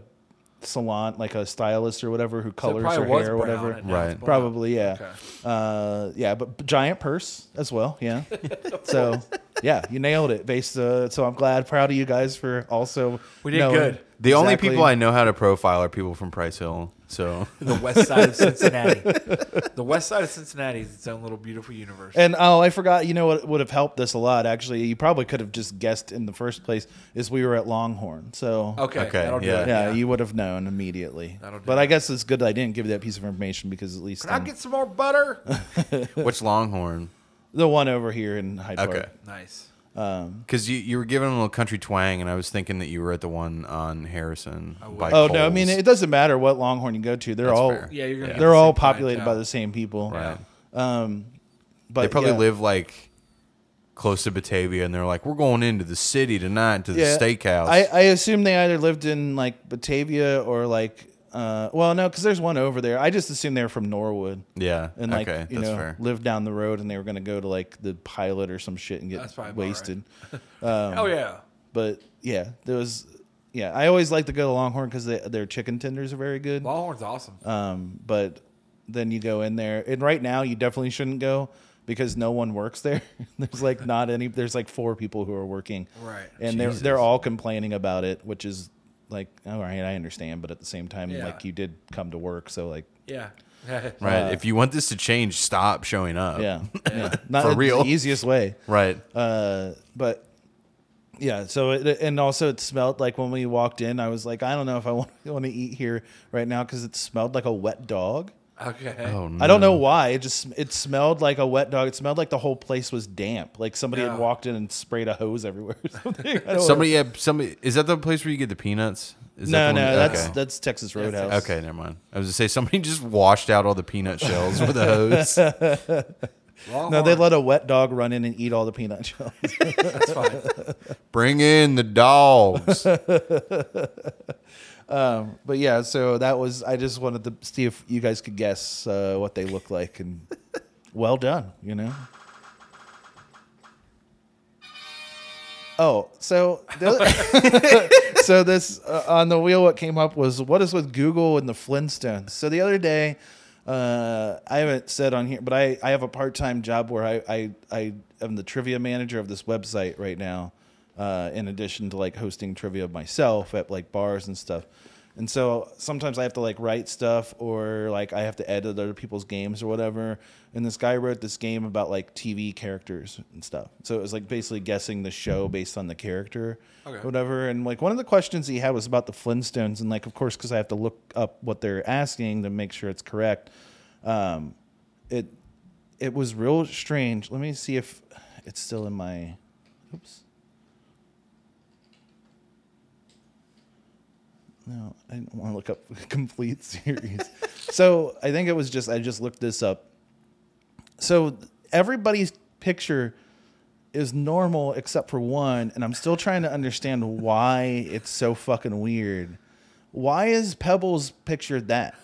B: salon, like a stylist or whatever who colors
D: probably
B: her
D: was
B: hair or
D: brown
B: whatever.
D: and now it's Right. blonde.
B: Probably yeah.
D: Okay.
B: Uh, yeah, but b- giant purse as well. Yeah. so yeah, you nailed it. Based. Uh, so I'm glad, proud of you guys for also. knowing
A: The only
B: exactly-
A: people I know how to profile are people from Price Hill. So
D: The west side of Cincinnati. the west side of Cincinnati is its own little beautiful universe.
B: And oh, I forgot. You know what would have helped this a lot? Actually, you probably could have just guessed in the first place. Is we were at Longhorn, so
D: Okay, Okay, that'll do
B: yeah.
D: it, yeah.
B: you would have known immediately.
D: That'll do
B: But I guess it's good that I didn't give you that piece of information because at least
D: Can I
B: then-
D: get some more butter?
A: which Longhorn?
B: the one over here in Hyde Park.
A: Okay.
D: Nice.
B: Um,
A: Because you, you were giving them a little country twang, and I was thinking that you were at the one on Harrison. By
B: oh no, I
A: Kohl's.
B: mean it doesn't matter what Longhorn you go to; they're
A: That's
B: all
A: fair. Yeah, you're gonna get
B: they're
A: the
B: all
A: same
B: populated by
A: clientele.
B: the same people.
A: Right.
B: Um, but
A: they probably
B: yeah.
A: live like close to Batavia, and they're like, "We're going into the city tonight to the steakhouse."
B: I, I assume they either lived in like Batavia or like, uh, well, no, because there's one over there. I just assumed they were from Norwood.
A: Yeah,
B: and like
A: okay,
B: you
A: that's
B: know,
A: fair.
B: lived down the road, and they were gonna go to like the pilot or some shit and
D: That's
B: get
D: probably about
B: wasted. Um,
D: right. Oh, yeah.
B: but yeah, there was. Yeah, I always like to go to Longhorn because their chicken tenders are very good.
D: Longhorn's awesome.
B: Um, but then you go in there, and right now you definitely shouldn't go because no one works there. there's like not any. There's like four people who are working,
D: Right.
B: And they're
D: Jesus.
B: they're all complaining about it, which is like, all right, I understand, but at the same time,
D: Yeah.
B: like you did come to work, so like,
D: Yeah.
A: right.
B: uh,
A: if you want this to change, stop showing up.
B: yeah, yeah.
A: for
B: it's
A: real.
B: The easiest way,
A: Right.
B: Uh, but yeah, so it, and also it smelled like when we walked in, I was like, I don't know if I want want to eat here right now because it smelled like a wet dog.
D: Okay. Oh,
B: I don't know why. It just it smelled like a wet dog. It smelled like the whole place was damp. Like somebody
D: Yeah.
B: had walked in and sprayed a hose everywhere. Or something. I don't
A: Somebody,
B: know.
A: yeah, somebody. Is that the place where you get the peanuts? Is
B: No,
A: that the one-
B: no, that's- that's Texas That's Roadhouse. Texas.
A: Okay, never mind. I was gonna say somebody just washed out all the peanut shells with a hose.
B: No, they let a wet dog run in and eat all the peanut shells.
D: That's fine.
A: Bring in the dogs.
B: um, but yeah, so that was. I just wanted to see if you guys could guess uh, what they look like, and well done, you know. Oh, so the other- so this uh, on the wheel. What came up was what is with Google and the Flintstones. So the other day, uh, I haven't said on here, but I I have a part time job where I, I I am the trivia manager of this website right now. Uh, in addition to like hosting trivia myself at like bars and stuff. And so sometimes I have to like write stuff or like I have to edit other people's games or whatever. And this guy wrote this game about like TV characters and stuff. So it was like basically guessing the show based on the character,
D: Okay.
B: whatever. And like one of the questions he had was about the Flintstones. And like, of course, because I have to look up what they're asking to make sure it's correct. Um, it it was real strange. Let me see if it's still in my. Oops. No, I didn't want to look up complete series. so I think it was just I just looked this up. So everybody's picture is normal except for one, and I'm still trying to understand why it's so fucking weird. Why is Pebbles pictured that?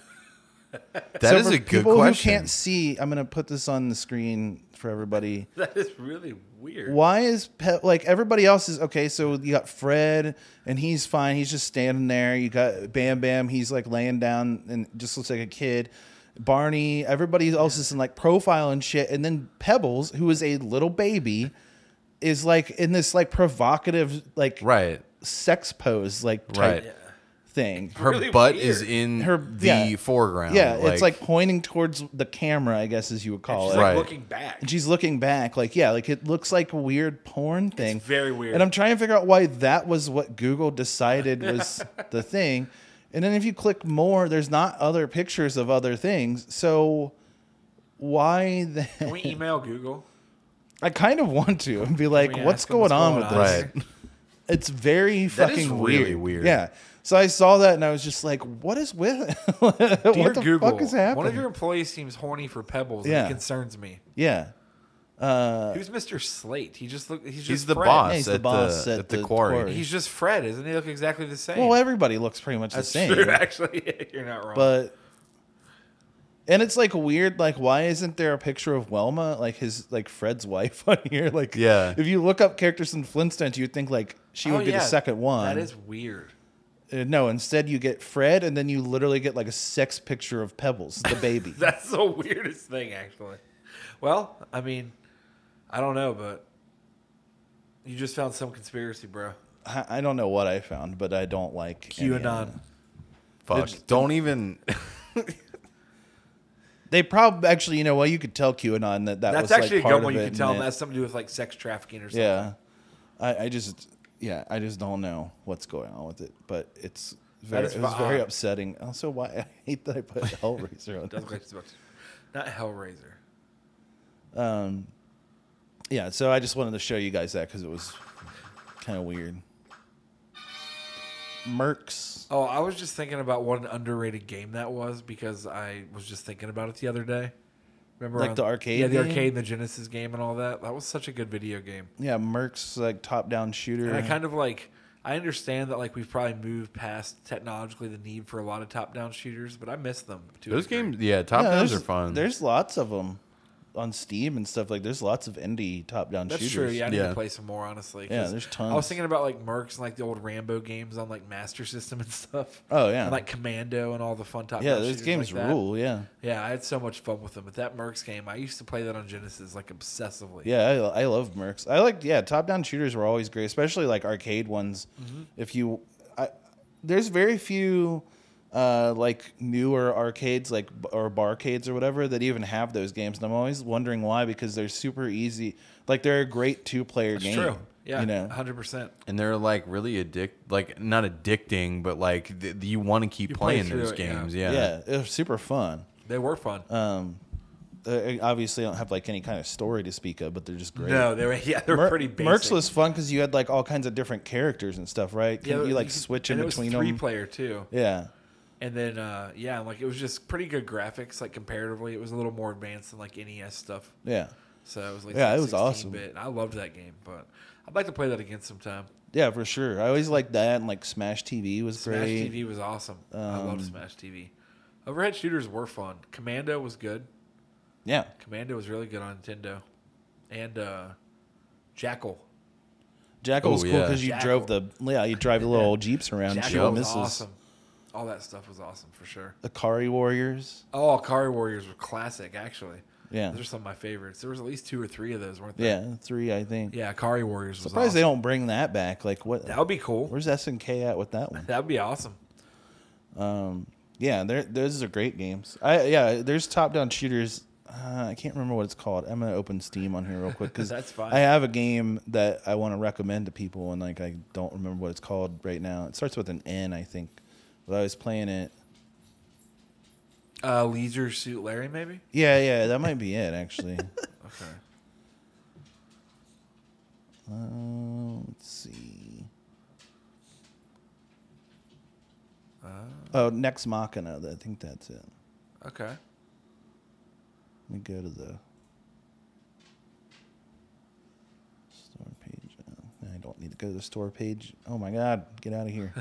A: That
B: That is
A: is a good
B: people
A: question.
B: Who can't see, I'm gonna put this on the screen for everybody.
D: That is really weird.
B: Why is Pe- like everybody else is okay? So you got Fred, and he's fine. He's just standing there. You got Bam Bam. He's like laying down and just looks like a kid. Barney. Everybody else is in like profile and shit. And then Pebbles, who is a little baby, is like in this like provocative like
A: right
B: sex pose like type
A: Right. Yeah.
B: thing.
A: Her Really butt is weird. in the foreground,
B: Yeah,
A: like-
B: it's like pointing towards the camera, I guess, as you would call
D: she's,
B: it.
D: like, Right. looking back.
B: And she's looking back, like yeah, like it looks like a weird porn thing.
D: very weird.
B: And I'm trying to figure out why that was what Google decided was the thing. And then if you click more, there's not other pictures of other things. So why then?
D: Can we email Google?
B: I kind of want to and be like,
D: we
B: what's
D: ask them
B: going
D: what's
B: on with
D: going
B: this?
D: on?
B: It's very
A: That
B: fucking
A: is really
B: weird.
A: weird.
B: Yeah. So I saw that and I was just like, what is with what
D: Dear
B: the
D: Google,
B: fuck is happening?
D: one of your employees seems horny for pebbles. and
B: Yeah.
D: it concerns me.
B: yeah. Uh,
D: Who's Mr. Slate? He just look. He's,
A: He's
D: just
A: the
D: Fred.
A: boss Yeah, he's the at the- boss at at the the quarry. quarry.
D: He's just Fred, isn't he? Look exactly the same.
B: well, everybody looks pretty much
D: That's
B: the same.
D: true. Actually, you're not wrong.
B: But and it's like weird. Like, why isn't there a picture of Welma, like his like Fred's wife, on here? Like,
A: Yeah.
B: If you look up characters in Flintstones, you'd think like she
D: Oh,
B: would be
D: yeah.
B: the second one.
D: That is weird.
B: Uh, no, instead you get Fred, and then you literally get like a sex picture of Pebbles, the baby.
D: That's the weirdest thing, actually. Well, I mean, I don't know, but you just found some conspiracy, bro.
B: I, I don't know what I found, but I don't like any of
D: QAnon.
B: it.
A: Fuck.
B: It's-
A: Don't even.
B: They probably actually, you know, well, you could tell QAnon that that
D: that's
B: was
D: actually
B: like
D: a
B: part
D: good one.
B: of
D: You
B: it,
D: can tell
B: and
D: them
B: it-
D: that's something to do with like sex trafficking or something.
B: Yeah, I, I just yeah, I just don't know what's going on with it, but it's very
D: is
B: it was very
D: odd.
B: upsetting. Also, why I hate that I put Hellraiser on.
D: That's what I was about to- Not Hellraiser.
B: there. Um, yeah, so I just wanted to show you guys that because it was kind of weird. Mercs.
D: Oh, I was just thinking about what an underrated game that was because I was just thinking about it the other day. Remember,
B: Like
D: on-
B: the arcade
D: yeah, the
B: game?
D: arcade, and the Genesis game, and all that. That was such a good video game.
B: Yeah, Mercs like top-down shooter.
D: And I kind of like I understand that like we've probably moved past technologically the need for a lot of top down shooters, but I miss them. to a
A: Those
D: degree.
A: games, yeah, top
B: Yeah,
A: downs are
B: there's-
A: fun.
B: There's lots of them on Steam and stuff. Like there's lots of indie top-down
D: That's
B: shooters.
D: true. Yeah, I need to play some more honestly. 'cause
B: Yeah, there's
D: I was
B: tons.
D: thinking about like Mercs and like the old Rambo games on like Master System and stuff.
B: Oh, yeah.
D: and, like Commando and all the fun top.
B: Yeah,
D: down
B: those
D: shooters
B: games
D: like that.
B: rule, yeah.
D: yeah. I had so much fun with them. But that Mercs game, I used to play that on Genesis like obsessively.
B: Yeah, I, I love mercs. I like yeah, top down shooters were always great, especially like arcade ones.
D: Mhm.
B: If you, I, there's very few, uh, like newer arcades like b- or barcades or whatever that even have those games, and I'm always wondering why because they're super easy. Like they're a great two player game.
D: true. Yeah,
B: you know.
D: hundred percent.
A: and they're like really addict, like not addicting, but like th- you want to keep
D: You play
A: playing
D: through
A: those
D: it, yeah.
A: games. Yeah.
B: yeah, they're super fun.
D: They were fun.
B: Um, they obviously don't have like any kind of story to speak of, but they're just great.
D: No, they were- yeah, they're pretty
B: Mercs
D: basic.
B: was fun because you had like all kinds of different characters and stuff, right? Couldn't you like
D: could-
B: switch in
D: and
B: between
D: it was three
B: them?
D: player too.
B: Yeah.
D: And then uh, yeah, like it was just pretty good graphics. Like comparatively, it was a little more advanced than like NES E stuff.
B: Yeah.
D: So it was like
B: Yeah, it was
D: 16
B: awesome.
D: Bit. I loved that game, but I'd like to play that again sometime.
B: Yeah, for sure. I always liked that, and like Smash TV was
D: Smash
B: great.
D: TV was awesome. I
B: Um,
D: loved Smash TV. Overhead shooters were fun. Commando was good.
B: Yeah.
D: Commando was really good on Nintendo, and uh, Jackal.
B: Jackal
D: Oh,
B: was cool
D: yeah.
B: because you
D: Jackal.
B: drove the yeah you drive the little old jeeps around.
D: Jackal
B: shooting
D: was
B: missiles.
D: awesome. All that stuff was awesome for sure.
B: Akari Warriors.
D: Oh, Akari Warriors were classic, actually.
B: Yeah.
D: those are some of my favorites. There was at least two or three of those, weren't there?
B: Yeah, three I think.
D: Yeah, Akari Warriors. Was
B: Surprised they
D: awesome.
B: don't bring that back. Like what? That
D: would be cool.
B: Where's SNK at with that one?
D: That'd be awesome.
B: Um, yeah, they're, those are great games. I yeah, there's top down shooters. Uh, I can't remember what it's called. I'm gonna open Steam on here real quick because
D: That's fine.
B: I have a game that I want to recommend to people, and like I don't remember what it's called right now. It starts with an N, I think. But I was playing it.
D: Uh, Leisure Suit Larry, maybe.
B: Yeah, yeah, that might be it actually.
D: Okay.
B: Uh, let's see.
D: Uh.
B: oh, next Machina. I think that's it.
D: Okay.
B: Let me go to the store page. Oh, I don't need to go to the store page. Oh my God, get out of here.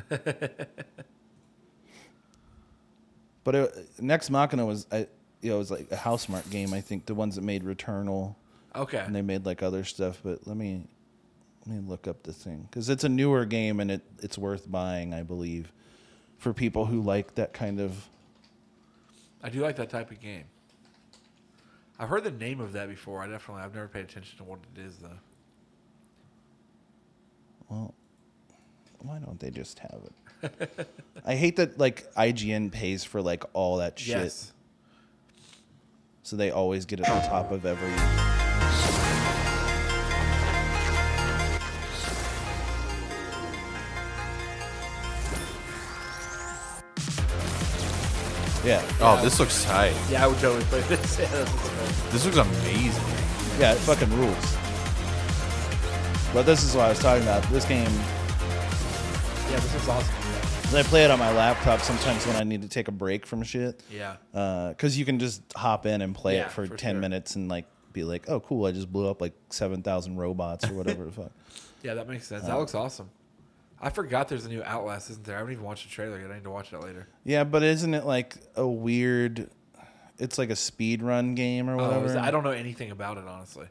B: but it, Next Machina was, I, you know, it was like a House Mark game, I think, the ones that made Returnal.
D: Okay.
B: And they made like other stuff, but let me. Let me look up the thing because it's a newer game and it, it's worth buying, I believe, for people who like that kind of
D: I do like that type of game. I've heard the name of that before. I definitely I've never paid attention to what it is though.
B: Well, why don't they just have it? I hate that like IGN pays for like all that shit.
D: Yes.
B: So they always get it on top of every. Yeah.
A: Oh, this looks tight.
D: Yeah, I would totally play this. Yeah, this is cool.
A: This looks amazing.
B: Yeah, it fucking rules. But this is what I was talking about. This game,
D: Yeah, this is awesome.
B: I play it on my laptop sometimes when I need to take a break from shit.
D: Yeah.
B: Because Uh, you can just hop in and play
D: Yeah,
B: it for,
D: for
B: 10
D: sure.
B: minutes and like be like, oh, cool, I just blew up like 7,000 robots or whatever the fuck.
D: Yeah, that makes sense. that
B: Uh,
D: looks awesome. I forgot there's a new Outlast, isn't there? I haven't even watched the trailer yet. I need to watch that later.
B: Yeah, but isn't it like a weird, it's like a speed run game or
D: Oh,
B: whatever?
D: is that- I don't know anything about it honestly.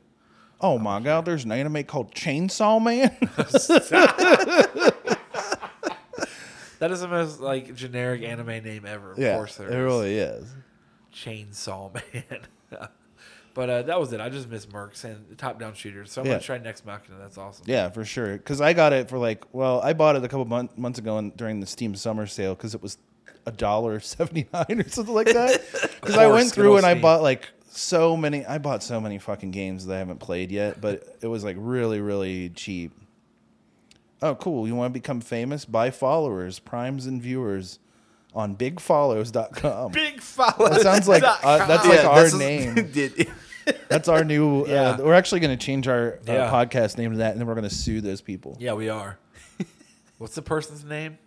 B: Oh my god, there's an anime called Chainsaw Man.
D: That is the most like generic anime name ever. Of
B: yeah,
D: course
B: it
D: there is.
B: really is.
D: Chainsaw Man. but uh, that was it. I just miss Mercs and top down shooters. So I'm
B: Yeah.
D: gonna try next Machina. That's awesome.
B: Yeah, for sure. Because I got it for like, well, I bought it a couple mon- months ago in, during the Steam summer sale because it was a dollar seventy nine or something like that. Because I
D: course,
B: went
D: good
B: through
D: old
B: and I
D: Steam.
B: bought like so many. I bought so many fucking games that I haven't played yet, but it was like really, really cheap. Oh, cool! You want to become famous? Buy followers, primes, and viewers on BigFollows.com.
D: Big
B: That sounds like uh, that's like
A: Yeah,
B: our
A: this is-
B: name. That's our new. Uh, we're actually going to change our uh,
D: Yeah.
B: podcast name to that, and then we're going to sue those people.
D: Yeah, we are. What's the person's name?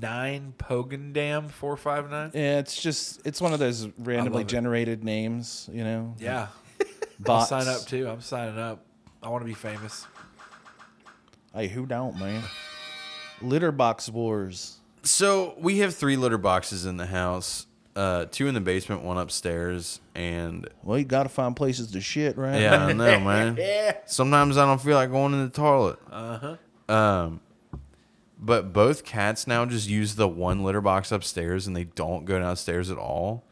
D: Nine Pogandam four five nine.
B: Yeah, it's just it's one of those randomly
D: it.
B: generated names, you know.
D: Yeah. I'll
B: Bots.
D: sign up too. I'm signing up. I want to be famous.
B: Hey, who don't, man? Litter box wars.
A: So we have three litter boxes in the house. Uh, two in the basement, one upstairs, and
B: Well, you gotta find places to shit, right?
A: yeah, I know, man. Sometimes I don't feel like going in the toilet.
D: Uh
A: huh. Um, but both cats now just use the one litter box upstairs, and they don't go downstairs at all.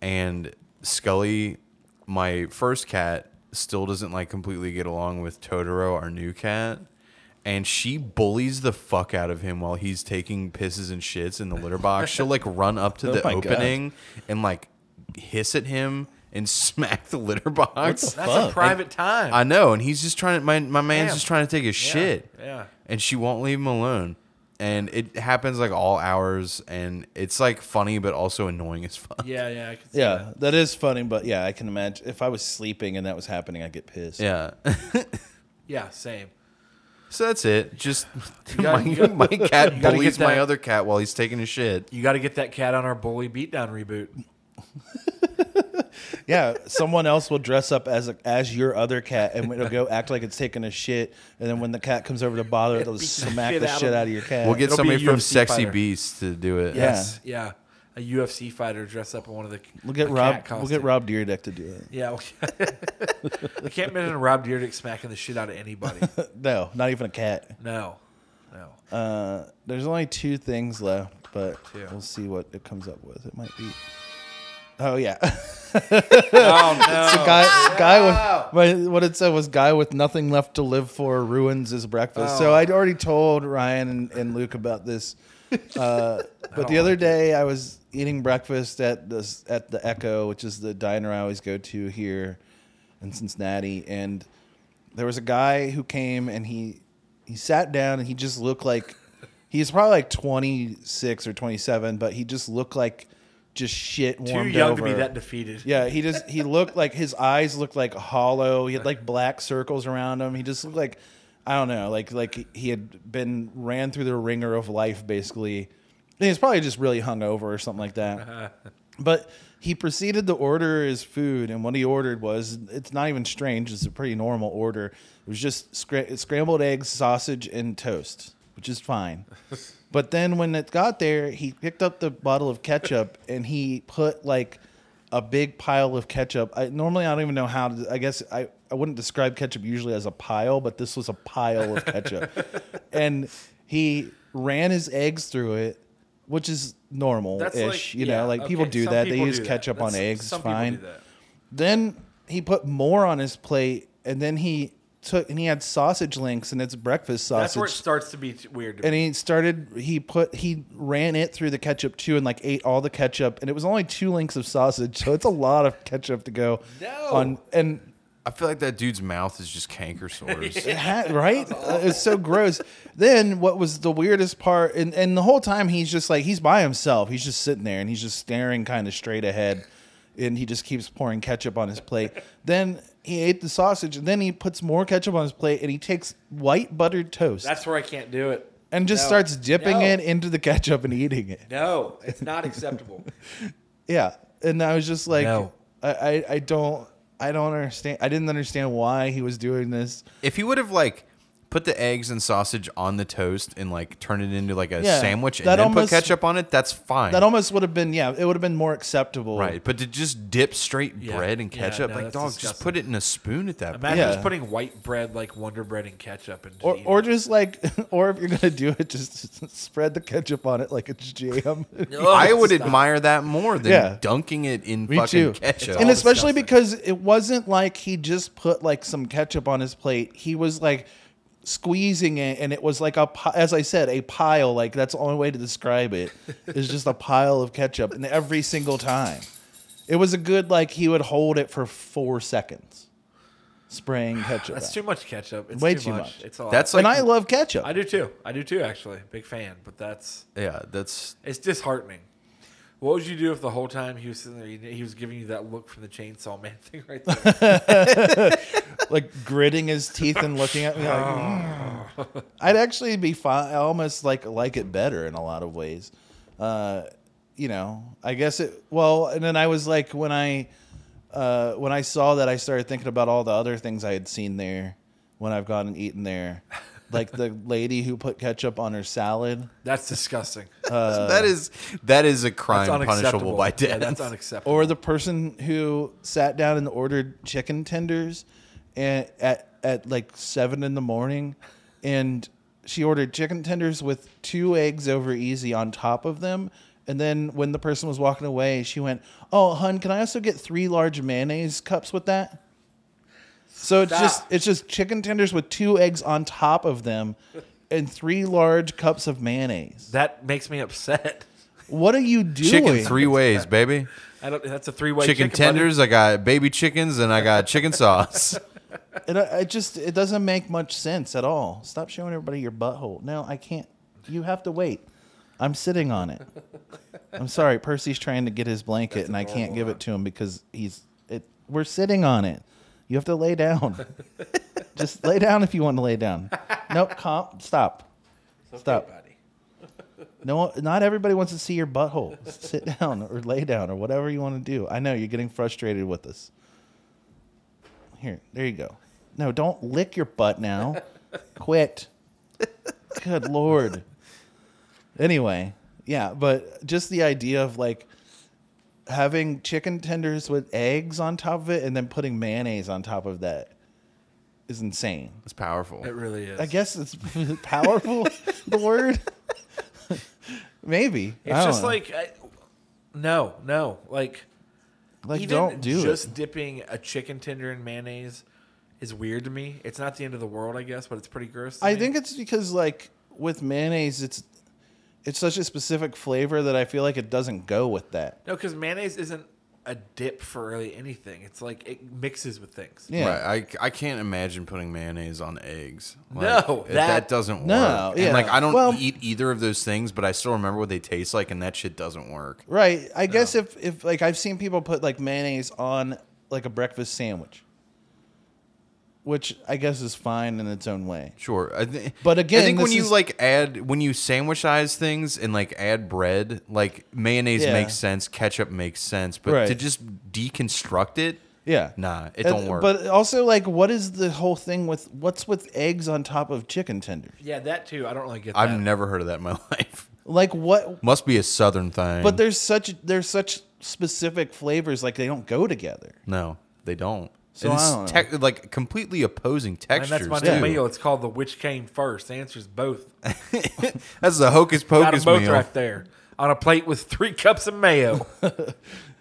A: And Scully, my first cat, still doesn't like completely get along with Totoro, our new cat. And she bullies the fuck out of him while he's taking pisses and shits in the litter box. She'll like run up to
B: Oh
A: the
B: my God.
A: opening and like hiss at him and smack the litter box.
D: the That's a fuck? private
A: And-
D: time.
A: I know, and he's just trying to. My my man's
D: Damn.
A: just trying to take his
D: Yeah,
A: shit.
D: yeah.
A: And she won't leave him alone. And it happens like all hours, and it's like funny but also annoying as fuck.
D: Yeah, yeah. I can see
B: Yeah, that is funny, but yeah, I can imagine if I was sleeping and that was happening, I'd get pissed.
A: Yeah.
D: Yeah, same.
A: so that's it. Just
D: You gotta-
A: my,
D: you gotta-
A: my cat
D: you gotta
A: bullies
D: get
A: my
D: that-
A: other cat while he's taking his shit.
D: You got to get that cat on our bully beatdown reboot.
B: Yeah, someone else will dress up as a, as your other cat, and it'll go act like it's taking a shit. And then when the cat comes over to bother, it'll smack the shit out of your cat.
A: We'll get
D: It'll be
A: somebody
D: a
A: from
D: UFC
A: Sexy
D: fighter.
A: Beast to do it.
D: Yes. Yeah. A UFC fighter dressed up in one of the.
B: We'll get
D: a
B: Rob.
D: cat
B: We'll
D: costume.
B: get Rob Deerdeck to do it.
D: Yeah. okay. I can't imagine Rob Dyrdek smacking the shit out of anybody.
B: No, not even a cat.
D: No. No.
B: Uh, there's only two things left, but
D: Two.
B: we'll see what it comes up with. It might be. Oh yeah.
D: no. Oh,
B: It's a guy, guy
D: No.
B: with my, what it said was guy with nothing left to live for ruins his breakfast. So
D: Oh.
B: I'd already told Ryan and, and Luke about this, uh, but
D: don't
B: the other day I was eating breakfast at this at the Echo, which is the diner I always go to here in Cincinnati, and there was a guy who came and he he sat down and he just looked like he's probably like 26 or 27 but he just looked like just shit
D: Too
B: warmed
D: young to be
B: over.
D: that defeated.
B: yeah he just he looked like his eyes looked like hollow he had like black circles around him he just looked like i don't know like like he had been ran through the ringer of life basically and he's probably just really hungover or something like that but he proceeded to order his food, and what he ordered was it's not even strange. It's a pretty normal order. It was just scra- scrambled eggs, sausage, and toast, which is fine. but then when it got there, he picked up the bottle of ketchup and he put like a big pile of ketchup. I, normally, I don't even know how to. I guess I, I wouldn't describe ketchup usually as a pile, but this was a pile of ketchup. and he ran his eggs through it, which is normal
D: That's
B: ish.
D: like-
B: you
D: yeah,
B: know, like people
D: okay,
B: do
D: some
B: that.
D: people
B: they use
D: do that.
B: ketchup on
D: That's-
B: eggs.
D: some
B: it's
D: people
B: fine.
D: do that.
B: Then he put more on his plate, and then he took and he had sausage links, and it's breakfast sausage.
D: That's where it starts to be t- weird. To
B: And
D: me.
B: he started. He put. He ran it through the ketchup too, and like ate all the ketchup. And it was only two links of sausage, so it's a lot of ketchup to go on. And
A: I feel like that dude's mouth is just canker sores.
B: it had, right? Uh, It's so gross. Then what was the weirdest part? And and the whole time he's just like he's by himself. He's just sitting there and he's just staring kind of straight ahead, and he just keeps pouring ketchup on his plate. then he ate the sausage, and then he puts more ketchup on his plate, and he takes white buttered toast
D: That's where I can't do it.
B: and just
D: No.
B: starts dipping
D: No.
B: it into the ketchup and eating it.
D: No, it's not acceptable.
B: Yeah, and I was just like,
D: No.
B: I, I I don't I don't understand. I didn't understand why he was doing this.
A: If he would have like put the eggs and sausage on the toast and like turn it into like a
B: Yeah,
A: sandwich and
B: that
A: then
B: almost-
A: put ketchup on it, that's fine.
B: That almost would have been yeah, it would have been more acceptable.
A: right. But to just dip straight
D: Yeah,
A: bread and
D: yeah,
A: ketchup,
D: no,
A: like
D: that's
A: dog, just
D: disgusting.
A: put it in a spoon at that
D: Imagine
B: Yeah.
D: just putting white bread like Wonder Bread and ketchup and
B: Or, or just like, or if you're gonna do it, just spread the ketchup on it like it's jam.
A: point. I would admire that more than
B: Yeah.
A: dunking it in
B: Me
A: fucking
B: too.
A: ketchup.
B: And especially because it wasn't like he just put like some ketchup on his plate. He was like squeezing it, and it was like a pi- as I said, a pile. Like that's the only way to describe it is just a pile of ketchup, and every single time, it was a good like he would hold it for four seconds, spraying ketchup.
D: That's
B: out.
D: too much ketchup. It's
B: Way
D: too,
B: too
D: much.
B: much.
D: It's all.
A: That's
B: and
A: like-
B: I love ketchup.
D: I do too. I do too. Actually, big fan. But that's
A: Yeah, that's
D: it's disheartening. What would you do if the whole time he was sitting there, he he was giving you that look from the chainsaw man thing right there?
B: like gritting his teeth and looking at me like "Mm." I'd actually be fine. I almost like like it better in a lot of ways. Uh, you know, I guess it. Well, and then I was like when I uh, when I saw that, I started thinking about all the other things I had seen there when I've gone and eaten there, like the lady who put ketchup on her salad.
D: that's disgusting.
B: Uh,
A: that is that is a crime
D: That's
A: punishable by
D: unacceptable.
A: death.
D: Yeah, that's unacceptable.
B: Or the person who sat down and ordered chicken tenders and at, at like seven in the morning and she ordered chicken tenders with two eggs over easy on top of them. And then when the person was walking away, she went, Oh, hun, can I also get three large mayonnaise cups with that? So it's just
D: Stop.
B: it's just chicken tenders with two eggs on top of them and three large cups of mayonnaise.
D: That makes me upset.
B: What are you doing?
A: Chicken three ways, baby.
D: I don't. That's a three-way
A: chicken,
D: chicken, buddy.
A: tenders. I got baby chickens and I got chicken sauce.
B: It, uh, it just it doesn't make much sense at all. Stop showing everybody your butthole. No, I can't. You have to wait. I'm sitting on it. I'm sorry. Percy's trying to get his blanket, and I can't give it to him because he's it. We're sitting on it. You have to lay down. just lay down if you want to lay down. Nope. Comp. Stop. Stop. No, not everybody wants to see your butthole. Sit down or lay down or whatever you want to do. I know you're getting frustrated with us. Here, there you go. No, don't lick your butt now. Quit. Good lord. Anyway, yeah, but just the idea of like having chicken tenders with eggs on top of it and then putting mayonnaise on top of that is insane.
A: It's powerful.
D: It really is.
B: I guess it's powerful. the word. Maybe I
D: It's
B: don't
D: just
B: know.
D: like, I, no, no, like,
B: Like, don't do it.
D: just dipping a chicken tender in mayonnaise is weird to me. It's not the end of the world, I guess, but it's pretty gross. to
B: I
D: me.
B: think it's because like with mayonnaise, it's it's such a specific flavor that I feel like it doesn't go with that.
D: no, because mayonnaise isn't a dip for really anything. It's like it mixes with things.
A: Right. I, I can't imagine putting mayonnaise on eggs.
D: No,
A: it- that,
D: that-
A: doesn't work.
B: No, yeah.
A: And like I don't
B: Well-
A: eat either of those things, but I still remember what they taste like, and that shit doesn't work.
B: Right. I guess if if like I've seen people put like mayonnaise on like a breakfast sandwich, which I guess is fine in its own way.
A: Sure. I thi-
B: But again,
A: I think when
B: this
A: you
B: is-
A: like add when you sandwichize things and like add bread, like mayonnaise
B: Yeah.
A: makes sense, ketchup makes sense, but
B: Right.
A: to just deconstruct it,
B: Yeah.
A: nah, it
B: Uh,
A: don't work.
B: But also like what is the whole thing with what's with eggs on top of chicken tenders?
D: Yeah, that too. I don't really get that.
A: I've never heard of that in my life.
B: Like what
A: Must be a southern thing.
B: but there's such there's such specific flavors like they don't go together.
A: no, they don't.
B: So
A: it's
B: I don't know.
A: tec- like completely opposing
D: and
A: textures.
D: that's my
A: too.
D: new meal. It's called the which came first. The answer is both.
A: That's the hocus
D: Got 'em
A: pocus
D: both
A: meal.
D: right there on a plate with three cups of mayo.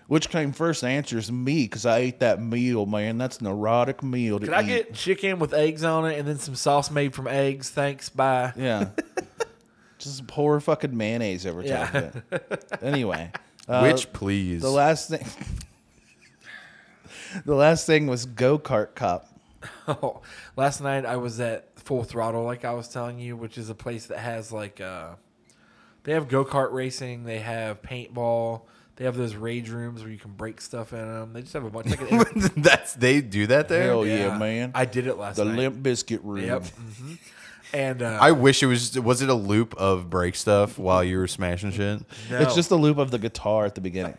B: Which came first answers me because I ate that meal, man. That's an erotic meal to
D: Could I
B: eat.
D: get chicken with eggs on it and then some sauce made from eggs? Thanks. Bye.
B: Yeah. Just pour fucking mayonnaise over top of
D: Yeah.
B: it. Anyway.
A: Which, please.
B: Uh, The last thing The last thing was go kart cop.
D: Oh, last night I was at Full Throttle, like I was telling you, which is a place that has like uh, they have go kart racing, they have paintball, they have those rage rooms where you can break stuff in them. They just have a bunch. Like an
A: That's they do that there.
B: Hell yeah, man.
D: I did it last
B: the
D: night.
B: limp biscuit room.
D: Yep. hmm And uh,
A: I wish it was. Was it a loop of break stuff while you were smashing shit?
B: It's just the loop of the guitar at the beginning.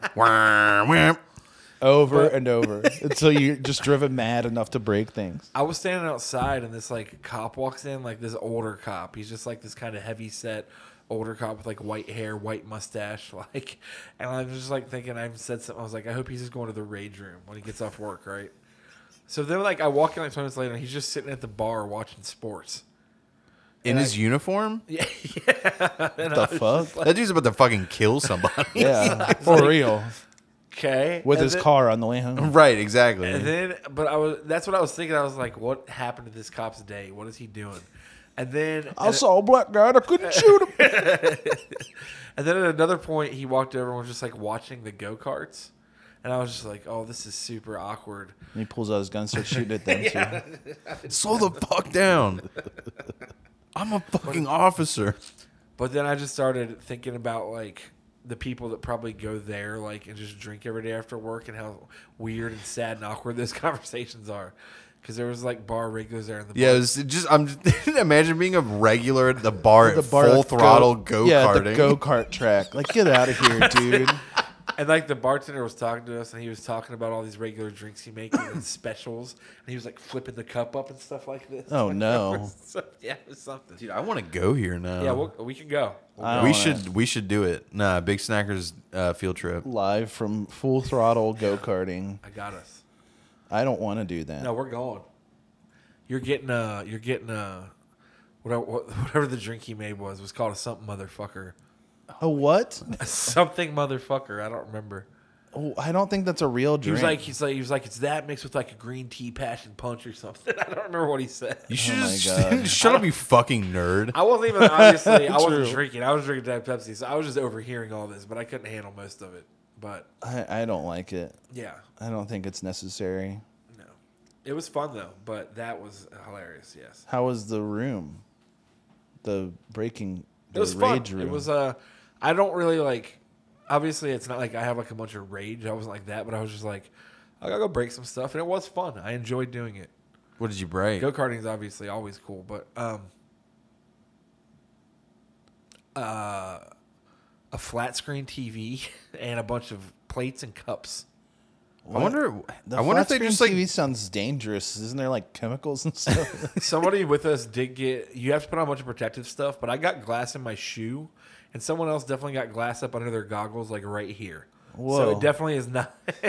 A: over
D: But-
B: and over until you're just driven mad enough to break things.
D: I was standing outside and this like cop walks in, like this older cop. He's just like this kind of heavy set older cop with like white hair, white mustache, like and I was just like thinking I said something. I was like, I hope he's just going to the rage room when he gets off work, right? So then like I walk in like twenty minutes later and he's just sitting at the bar watching sports.
A: in
D: And
A: his uniform.
D: Yeah. yeah. And I
A: The
D: was
A: fuck?
D: just like-
A: that dude's about to fucking kill somebody.
B: Yeah, for real.
D: Okay.
B: With
D: And
B: his
D: then-
B: car on the way home.
A: Right, exactly.
D: And then, but I was that's what I was thinking. I was like, what happened to this cop's day? What is he doing? And then
B: I saw a black guy and I couldn't shoot him.
D: and then at another point, he walked over and was just like watching the go karts, and I was just like, oh, this is super awkward.
B: And he pulls out his gun, and starts shooting at them
D: Yeah.
B: too.
A: Slow the fuck down. I'm a fucking officer.
D: But then I just started thinking about like the people that probably go there like and just drink every day after work and how weird and sad and awkward those conversations are. Because there was like bar regulars there in the
A: Yeah,
D: bar.
A: it was just I'm just, imagine being a regular at the bar at
B: The bar,
A: full
B: like, go-
A: throttle go
B: yeah, the
A: karting.
B: go-kart track. Like, get out of here, dude.
D: And like the bartender was talking to us, and he was talking about all these regular drinks he makes and his specials, and he was like flipping the cup up and stuff like this.
A: Oh,
D: Like, it
A: no.
D: was so- yeah, it was something. Dude,
A: I want to go here now.
D: Yeah, we'll, we can go. We'll go.
A: we should we should do it. Nah, Big Snackers uh, field trip.
B: Live from full throttle go-karting.
D: I got us.
B: I don't want to do that.
D: No, we're going. You're getting uh You're getting uh Whatever, whatever the drink he made was was called a something motherfucker.
B: A what?
D: something motherfucker. I don't remember.
B: Oh, I don't think that's a real
D: He
B: drink.
D: was like he's like he was like it's that mixed with like a green tea passion punch or something. I don't remember what he said.
A: You should just shut up, you fucking nerd.
D: I wasn't even obviously. I wasn't
A: True.
D: drinking. I was drinking Diet Pepsi, so I was just overhearing all this, but I couldn't handle most of it. But
B: I, I don't like it.
D: Yeah.
B: I don't think it's necessary.
D: it was fun though. But that was hilarious. Yes,
B: How was the room? The breaking. The
D: it was fun.
B: rage room.
D: It was. Uh, I don't really like. Obviously, it's not like I have like a bunch of rage. I wasn't like that, but I was just like, I gotta go break some stuff, and it was fun. I enjoyed doing it.
A: What did you break?
D: Go karting is obviously always cool, but um, uh, a flat screen TV and a bunch of plates and cups.
A: I wonder. I wonder if they just like
B: TV sounds dangerous. Isn't there like chemicals and stuff?
D: Somebody with us did get. You have to put on a bunch of protective stuff, but I got glass in my shoe, and someone else definitely got glass up under their goggles, like right here. So
B: Whoa.
D: it definitely is not.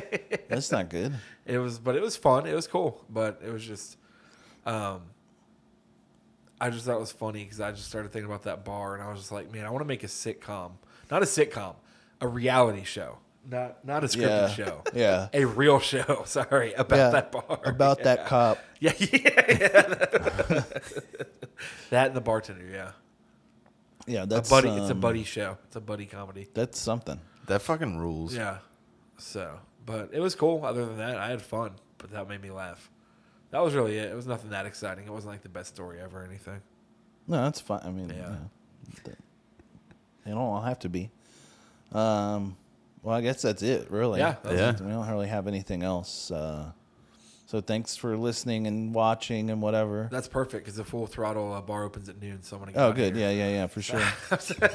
D: That's
B: not good.
D: It was, but it was fun. It was cool, but it was just. Um, I just thought it was funny because I just started thinking about that bar, and I was just like, man, I want to make a sitcom, not a sitcom, a reality show. Not not a scripted
B: Yeah.
D: show.
B: Yeah.
D: A real show, sorry, about
B: Yeah,
D: that bar.
B: about that cop.
D: Yeah, yeah. yeah. that and the bartender, yeah.
B: Yeah, that's
D: a buddy it's a
B: um,
D: buddy show. It's a buddy comedy.
B: That's something.
A: That fucking rules.
D: Yeah. So but it was cool other than that. I had fun, but that made me laugh. That was really it. It was nothing that exciting. It wasn't like the best story ever or anything.
B: No, that's fine. I mean, yeah. Th- They don't all have to be. Um, well, I guess that's it, really.
D: Yeah, that's Yeah. it.
B: We don't really have anything else. Uh, so thanks for listening and watching and whatever.
D: That's perfect because the full throttle uh, bar opens at noon, so I'm gonna get
B: Oh,
D: out
B: good.
D: here.
B: Yeah, yeah, yeah, for sure.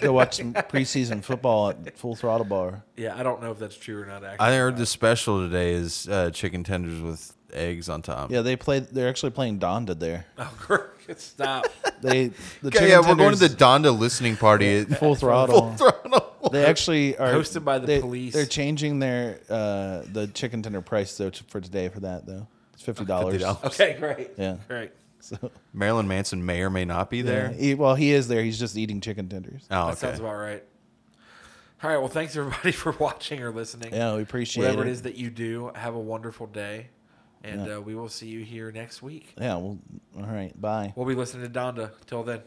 B: Go watch some preseason football at Full Throttle Bar.
D: Yeah, I don't know if that's true or not actually.
A: I heard the special today is uh, chicken tenders with eggs on top.
B: Yeah, they play. They're actually playing Donda there.
D: Oh, Kirk, stop.
B: They the
A: Okay,
B: chicken
A: yeah, we're going to the
B: tenders-
A: Donda listening party at
B: Full Throttle.
A: Full throttle.
B: They actually are
D: Hosted by the
B: they-
D: police.
B: They're changing their uh, the chicken tender price though t- for today for that though. It's fifty dollars.
A: $50.
D: Okay, great.
B: Yeah.
D: Great.
B: So
A: Marilyn Manson may or may not be
B: yeah,
A: there.
B: he- well, he is there. He's just eating chicken tenders.
A: Oh,
D: That sounds
A: okay.
D: about right. All right. Well, thanks everybody for watching or listening.
B: Yeah, we appreciate
D: whatever
B: it.
D: it is that you do. Have a wonderful day, and
B: Yeah.
D: uh, we will see you here next week.
B: Yeah. Well. All right. Bye.
D: We'll be listening to Donda. Till then.